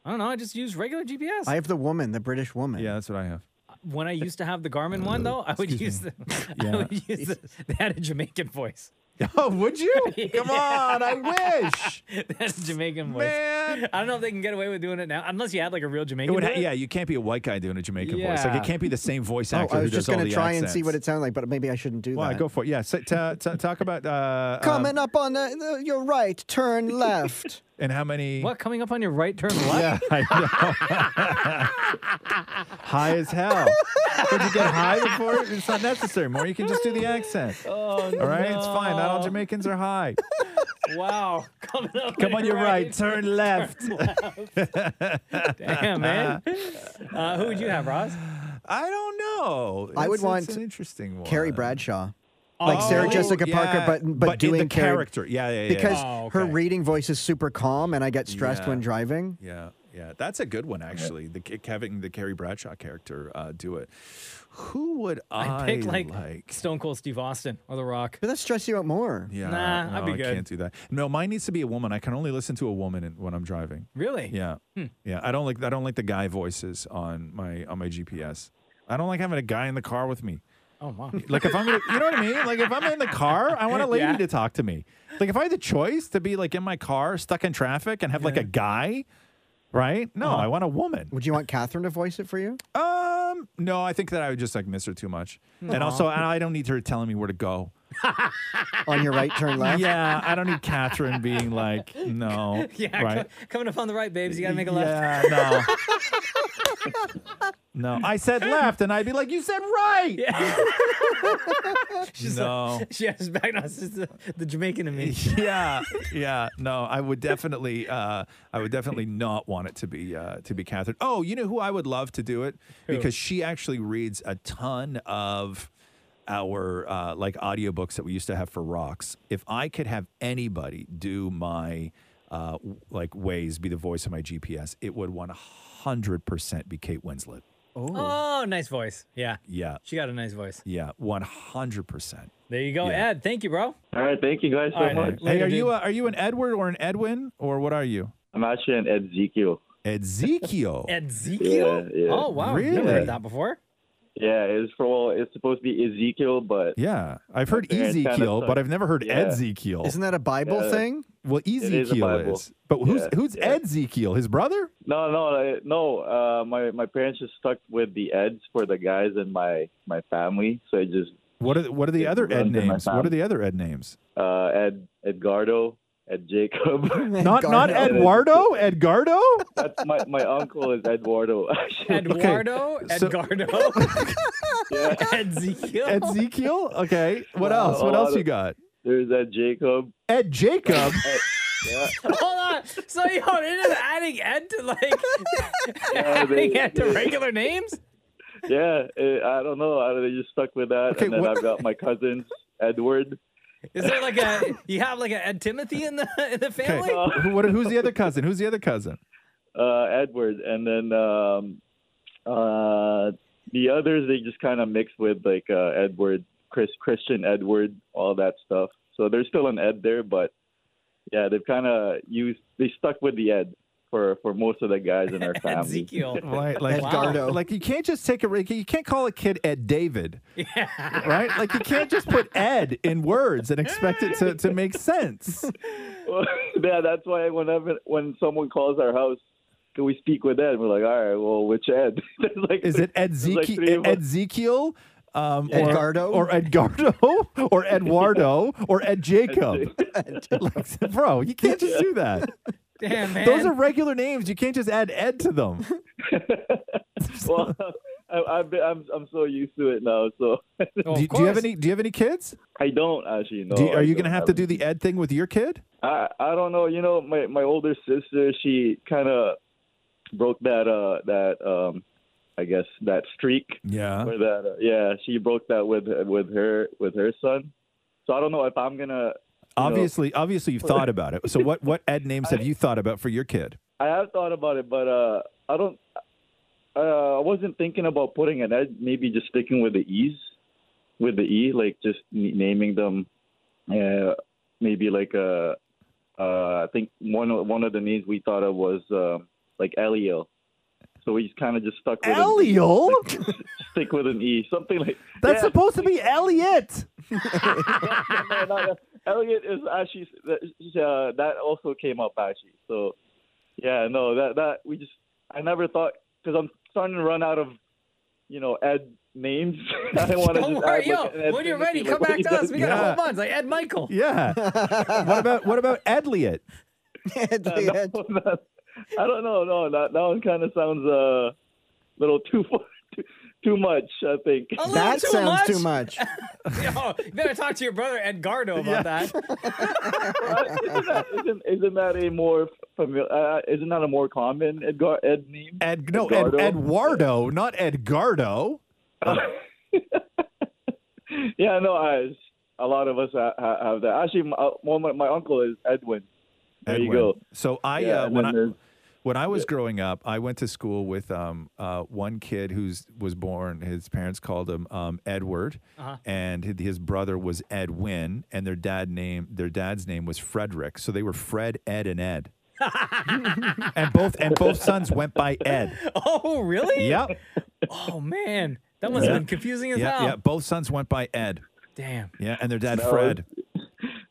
[SPEAKER 2] I don't know. I just use regular GPS.
[SPEAKER 6] I have the woman, the British woman.
[SPEAKER 4] Yeah, that's what I have.
[SPEAKER 2] when I used to have the Garmin one though, I would use the, I
[SPEAKER 4] Yeah.
[SPEAKER 2] would use the, they had a Jamaican voice.
[SPEAKER 4] Oh, would you? Come on, I wish.
[SPEAKER 2] They had a Jamaican voice.
[SPEAKER 4] Man.
[SPEAKER 2] I don't know if they can get away with doing it now, unless you had like a real
[SPEAKER 4] It
[SPEAKER 2] Jamaican.
[SPEAKER 4] would
[SPEAKER 2] voice.
[SPEAKER 4] ha- yeah, you can't be a white guy doing a Jamaican voice.
[SPEAKER 2] Yeah.
[SPEAKER 4] Like it can't be the same voice
[SPEAKER 6] Oh,
[SPEAKER 4] actor.
[SPEAKER 6] I
[SPEAKER 4] who
[SPEAKER 6] was just
[SPEAKER 4] does all
[SPEAKER 6] gonna
[SPEAKER 4] the
[SPEAKER 6] try and
[SPEAKER 4] accents.
[SPEAKER 6] see what it sounded like, but maybe I shouldn't do
[SPEAKER 4] Why?
[SPEAKER 6] that.
[SPEAKER 4] Go for it. Yeah. So, ta- ta- talk about uh,
[SPEAKER 6] Coming
[SPEAKER 4] um,
[SPEAKER 6] up on the, the- your right, turn left.
[SPEAKER 4] and how many?
[SPEAKER 2] What coming up on your right turn left?
[SPEAKER 4] Yeah, I know. high as hell. Would you get high before it? It's not necessary. More, you can just do the accent.
[SPEAKER 2] Oh,
[SPEAKER 4] all right, it's fine. Not all Jamaicans are high.
[SPEAKER 2] Wow. Coming up
[SPEAKER 4] Come on, you're right. Turn left.
[SPEAKER 2] Damn, man. Uh, who would you have, Ross?
[SPEAKER 4] I don't know.
[SPEAKER 6] I would
[SPEAKER 4] It's-
[SPEAKER 6] want
[SPEAKER 4] it's an interesting one.
[SPEAKER 6] Carrie Bradshaw. Like Sarah
[SPEAKER 4] Oh,
[SPEAKER 6] Jessica Parker,
[SPEAKER 4] yeah.
[SPEAKER 6] but but,
[SPEAKER 4] in
[SPEAKER 6] doing
[SPEAKER 4] the
[SPEAKER 6] Carrie-
[SPEAKER 4] character. Yeah, yeah, yeah.
[SPEAKER 6] Because
[SPEAKER 2] Oh,
[SPEAKER 6] her
[SPEAKER 2] okay.
[SPEAKER 6] reading voice is super calm, and I get stressed
[SPEAKER 4] Yeah.
[SPEAKER 6] when driving.
[SPEAKER 4] yeah, yeah. That's a good one, actually. The ca- having the Carrie Bradshaw character uh, do it. Who would I
[SPEAKER 2] I'd pick like,
[SPEAKER 4] like?
[SPEAKER 2] Stone Cold Steve Austin or The Rock.
[SPEAKER 6] But that stresses you out more.
[SPEAKER 4] Yeah,
[SPEAKER 2] Nah, I'd
[SPEAKER 4] no,
[SPEAKER 2] be
[SPEAKER 4] I
[SPEAKER 2] good.
[SPEAKER 4] can't do that. No, mine needs to be a woman. I can only listen to a woman in, when I'm driving.
[SPEAKER 2] Really?
[SPEAKER 4] Yeah,
[SPEAKER 2] Hmm.
[SPEAKER 4] yeah. I don't like I don't like the guy voices on my on my GPS. I don't like having a guy in the car with me.
[SPEAKER 2] Oh wow.
[SPEAKER 4] Like if I'm, gonna, you know what I mean? Like if I'm in the car, I want a lady
[SPEAKER 2] Yeah.
[SPEAKER 4] to talk to me. Like if I had the choice to be like in my car, stuck in traffic, and have like a guy, right? No,
[SPEAKER 2] Uh-huh.
[SPEAKER 4] I want a woman.
[SPEAKER 6] Would you want Catherine to voice it for you?
[SPEAKER 4] Um, no, I think that I would just like miss her too much, and also I I don't need her telling me where to go.
[SPEAKER 6] On your right, turn left.
[SPEAKER 4] Yeah, I don't need Catherine being like, no,
[SPEAKER 2] Yeah, co-
[SPEAKER 4] right?
[SPEAKER 2] coming up on the right, babes. You gotta make a left.
[SPEAKER 4] Yeah, no. no, I said left, and I'd be like, you said right. no.
[SPEAKER 2] She has back on the, the Jamaican in me.
[SPEAKER 4] yeah, yeah. No, I would definitely, uh, I would definitely not want it to be uh, to be Catherine. Oh, you know who I would love to do it because she actually reads a ton of our uh, like audiobooks that we used to have for rocks. If I could have anybody do my uh, w- like ways be the voice of my GPS, it would one hundred percent be Kate Winslet.
[SPEAKER 2] Oh, nice voice. Yeah.
[SPEAKER 4] Yeah,
[SPEAKER 2] She got a nice voice.
[SPEAKER 4] yeah, one hundred percent.
[SPEAKER 2] There you go,
[SPEAKER 4] Yeah.
[SPEAKER 2] Ed. Thank you, bro.
[SPEAKER 7] All right, thank you guys so
[SPEAKER 2] All right.
[SPEAKER 7] much.
[SPEAKER 4] Hey,
[SPEAKER 2] Later,
[SPEAKER 4] are you
[SPEAKER 2] dude.
[SPEAKER 4] uh are you an Edward or an Edwin or what are you?
[SPEAKER 7] I'm actually an Ezekiel.
[SPEAKER 4] Ezekiel.
[SPEAKER 2] Ezekiel?
[SPEAKER 7] Yeah, yeah.
[SPEAKER 2] Oh, wow. Never
[SPEAKER 4] Really?
[SPEAKER 2] heard that before.
[SPEAKER 7] Yeah, it's for well, it's supposed to be Ezekiel, but
[SPEAKER 4] Yeah, I've heard
[SPEAKER 7] Their antenna
[SPEAKER 4] Ezekiel,
[SPEAKER 7] suck.
[SPEAKER 4] but I've never heard
[SPEAKER 7] Yeah.
[SPEAKER 4] Ezekiel.
[SPEAKER 6] Isn't that a Bible
[SPEAKER 7] Yeah.
[SPEAKER 6] thing?
[SPEAKER 4] well,
[SPEAKER 7] is a
[SPEAKER 4] Ezekiel
[SPEAKER 7] Bible.
[SPEAKER 4] is, but who's
[SPEAKER 7] Yeah,
[SPEAKER 4] who's
[SPEAKER 7] yeah.
[SPEAKER 4] Ezekiel? His brother?
[SPEAKER 7] no, no, I- no. Uh, my my parents just stuck with the Eds for the guys in my my family, so I just
[SPEAKER 4] What are what are the
[SPEAKER 7] It
[SPEAKER 4] other Ed
[SPEAKER 7] runs in my
[SPEAKER 4] names? What are
[SPEAKER 7] family.
[SPEAKER 4] the other Ed names?
[SPEAKER 7] uh, Ed Edgardo, Ed Jacob.
[SPEAKER 4] Not not
[SPEAKER 6] Garnet.
[SPEAKER 4] Eduardo. Edgardo.
[SPEAKER 7] That's my my uncle is Eduardo. actually.
[SPEAKER 2] Eduardo,
[SPEAKER 4] so-
[SPEAKER 2] Edgardo,
[SPEAKER 7] yeah.
[SPEAKER 2] Ezekiel.
[SPEAKER 4] Ezekiel. Okay. What
[SPEAKER 7] Wow,
[SPEAKER 4] else?
[SPEAKER 7] a
[SPEAKER 4] What
[SPEAKER 7] lot
[SPEAKER 4] else you
[SPEAKER 7] of-
[SPEAKER 4] got?
[SPEAKER 7] There's Ed Jacob.
[SPEAKER 4] Ed Jacob.
[SPEAKER 7] Ed, yeah.
[SPEAKER 2] Hold on. So you're just adding Ed to like adding
[SPEAKER 7] they-
[SPEAKER 2] Ed to regular names?
[SPEAKER 7] Yeah, uh, I don't know. I, they just stuck with that,
[SPEAKER 4] Okay,
[SPEAKER 7] and then
[SPEAKER 4] what-
[SPEAKER 7] I've got my cousins Edward.
[SPEAKER 2] Is there like a you have like an Ed Timothy in the in the
[SPEAKER 4] Okay. Oh,
[SPEAKER 2] family?
[SPEAKER 4] Who- what- who's the other cousin? Who's the other cousin?
[SPEAKER 7] uh, Edward, and then um, uh, the others they just kind of mix with like uh, Edward, Chris, Christian, Edward, all that stuff. So there's still an Ed there, but yeah, they've kind of used they stuck with the Ed for for most of the guys in our family.
[SPEAKER 2] Ezekiel.
[SPEAKER 4] Right, like
[SPEAKER 5] Edgardo.
[SPEAKER 4] like you can't just take a like, you can't call a kid Ed David, right? Like you can't just put Ed in words and expect it to, to make sense.
[SPEAKER 7] Well, yeah, that's why whenever when someone calls our house, can we speak with Ed? We're like, all right, well, which Ed? There's like,
[SPEAKER 4] Is it Ed
[SPEAKER 7] there's like
[SPEAKER 4] Zeke-
[SPEAKER 7] three of
[SPEAKER 4] Ed
[SPEAKER 7] us.
[SPEAKER 4] Ezekiel, um, or-
[SPEAKER 6] Edgardo?
[SPEAKER 4] or Edgardo, or Eduardo, or Ed Jacob? Like, bro, you can't just do that.
[SPEAKER 2] Damn, man.
[SPEAKER 4] Those are regular names. You can't just add Ed to them.
[SPEAKER 7] Well, I, I've been, I'm I'm so used to it now, so
[SPEAKER 2] Oh,
[SPEAKER 4] do,
[SPEAKER 2] of
[SPEAKER 4] do you have
[SPEAKER 2] course.
[SPEAKER 4] any? Do you have any kids?
[SPEAKER 7] I don't actually know.
[SPEAKER 4] Do you- are
[SPEAKER 7] I
[SPEAKER 4] you
[SPEAKER 7] don't
[SPEAKER 4] going to have to do the Ed thing with your kid?
[SPEAKER 7] I I don't know. You know, my my older sister, she kind of broke that uh that um I guess that streak
[SPEAKER 4] Yeah.
[SPEAKER 7] or that uh, yeah, she broke that with with her with her son. So I don't know if I'm gonna. you know,
[SPEAKER 4] Obviously, obviously, you've thought about it. So, what what Ed names have you thought about for your kid?
[SPEAKER 7] I have thought about it, but uh I don't. Uh, I wasn't thinking about putting an ed. Maybe just sticking with the e's, with the e, like just n- naming them. Uh, maybe like uh, uh, I think one of, one of the names we thought of was um like Eliel. So we kind of just stuck with
[SPEAKER 4] Eliel?
[SPEAKER 7] An, like, stick with an e, something like
[SPEAKER 4] E That's
[SPEAKER 7] Yeah,
[SPEAKER 4] supposed to be Elliot.
[SPEAKER 7] no, no, no. Elliot is actually uh, that also came up actually. So yeah, no, that that we just I never thought because I'm starting to run out of you know Ed names. I don't want to.
[SPEAKER 2] Don't
[SPEAKER 7] just
[SPEAKER 2] worry,
[SPEAKER 7] add, like, an
[SPEAKER 2] yo.
[SPEAKER 7] Ed
[SPEAKER 2] When you're
[SPEAKER 7] thing
[SPEAKER 2] ready,
[SPEAKER 7] be like,
[SPEAKER 2] come
[SPEAKER 7] what
[SPEAKER 2] back
[SPEAKER 7] he
[SPEAKER 2] to us.
[SPEAKER 7] does.
[SPEAKER 2] We got a
[SPEAKER 4] Yeah.
[SPEAKER 2] whole bunch. Like Ed Michael.
[SPEAKER 4] Yeah. what about what about Edliot?
[SPEAKER 6] At the end.
[SPEAKER 7] I don't know. No, that that one kind of sounds a uh, little too far, too, too much. I think.
[SPEAKER 2] A little
[SPEAKER 6] That
[SPEAKER 2] too
[SPEAKER 6] sounds
[SPEAKER 2] much.
[SPEAKER 6] too much.
[SPEAKER 2] Yo, you better talk to your brother Edgardo about that.
[SPEAKER 7] isn't, that, isn't, isn't that a more familiar? Uh, isn't that a more common Edgar Ed name?
[SPEAKER 4] Ed no Ed,
[SPEAKER 7] Edgardo.
[SPEAKER 4] Eduardo, not Edgardo.
[SPEAKER 7] Yeah, no, I, a lot of us ha- ha- have that. Actually, my, one of my, my uncle is Edwin. There you
[SPEAKER 4] Edwin.
[SPEAKER 7] go.
[SPEAKER 4] So I
[SPEAKER 7] Yeah,
[SPEAKER 4] uh,
[SPEAKER 7] and
[SPEAKER 4] when
[SPEAKER 7] then
[SPEAKER 4] I
[SPEAKER 7] there's-
[SPEAKER 4] when I was growing up, I went to school with um uh, one kid who's was born. His parents called him um, Edward,
[SPEAKER 2] Uh-huh.
[SPEAKER 4] and hi- his brother was Edwin, and their dad name their dad's name was Frederick. So they were Fred, Ed, and Ed. and both and both sons went by Ed.
[SPEAKER 2] Oh, really?
[SPEAKER 4] Yep.
[SPEAKER 2] Oh man, that must
[SPEAKER 4] Yeah.
[SPEAKER 2] have been confusing as
[SPEAKER 4] Yeah,
[SPEAKER 2] hell.
[SPEAKER 4] yeah. Both sons went by Ed.
[SPEAKER 2] Damn.
[SPEAKER 4] Yeah, and their dad
[SPEAKER 7] No,
[SPEAKER 4] Fred.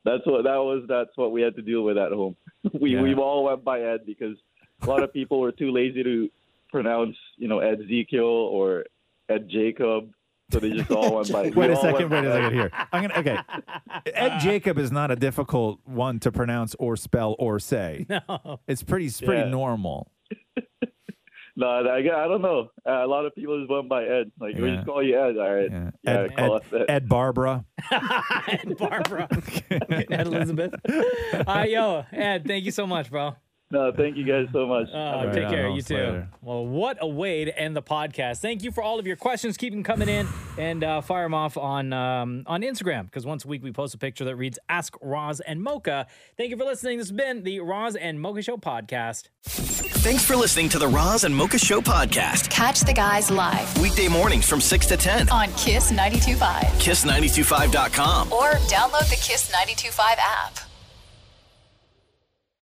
[SPEAKER 7] That's what that was. That's what we had to deal with at home. We
[SPEAKER 4] Yeah.
[SPEAKER 7] we all went by Ed because a lot of people were too lazy to pronounce, you know, Ed Ezekiel or Ed Jacob, so they just all went by. we
[SPEAKER 4] Wait a
[SPEAKER 7] all
[SPEAKER 4] second.
[SPEAKER 7] went
[SPEAKER 4] Wait a
[SPEAKER 7] by
[SPEAKER 4] second here. I'm gonna okay. Ed Jacob is not a difficult one to pronounce or spell or say.
[SPEAKER 2] No.
[SPEAKER 4] It's pretty it's pretty
[SPEAKER 7] Yeah.
[SPEAKER 4] normal.
[SPEAKER 7] No, I, I don't know. Uh, a lot of people just went by Ed. Like we
[SPEAKER 4] Yeah.
[SPEAKER 7] just call you Ed. All right.
[SPEAKER 4] Yeah.
[SPEAKER 7] Yeah.
[SPEAKER 4] Ed,
[SPEAKER 7] call
[SPEAKER 4] Ed,
[SPEAKER 7] us Ed.
[SPEAKER 4] Ed Barbara.
[SPEAKER 2] Ed Barbara. Ed Elizabeth. Uh, yo, Ed, thank you so much, bro.
[SPEAKER 7] No, thank you guys so much. Have a
[SPEAKER 2] Uh,
[SPEAKER 4] Right
[SPEAKER 2] take
[SPEAKER 4] on,
[SPEAKER 2] care.
[SPEAKER 4] I'll
[SPEAKER 2] You
[SPEAKER 4] see
[SPEAKER 2] too.
[SPEAKER 4] you later.
[SPEAKER 2] Well, what a way to end the podcast. Thank you for all of your questions. Keep them coming in and uh, fire them off on um, on Instagram because once a week we post a picture that reads "Ask Roz and Mocha." Thank you for listening. This has been the Roz and Mocha Show podcast.
[SPEAKER 1] Thanks for listening to the Roz and Mocha Show podcast.
[SPEAKER 8] Catch the guys live
[SPEAKER 1] Weekday mornings from 6 to 10.
[SPEAKER 8] on Kiss 92.5
[SPEAKER 1] Kiss925.com.
[SPEAKER 8] or download the Kiss 92.5 app.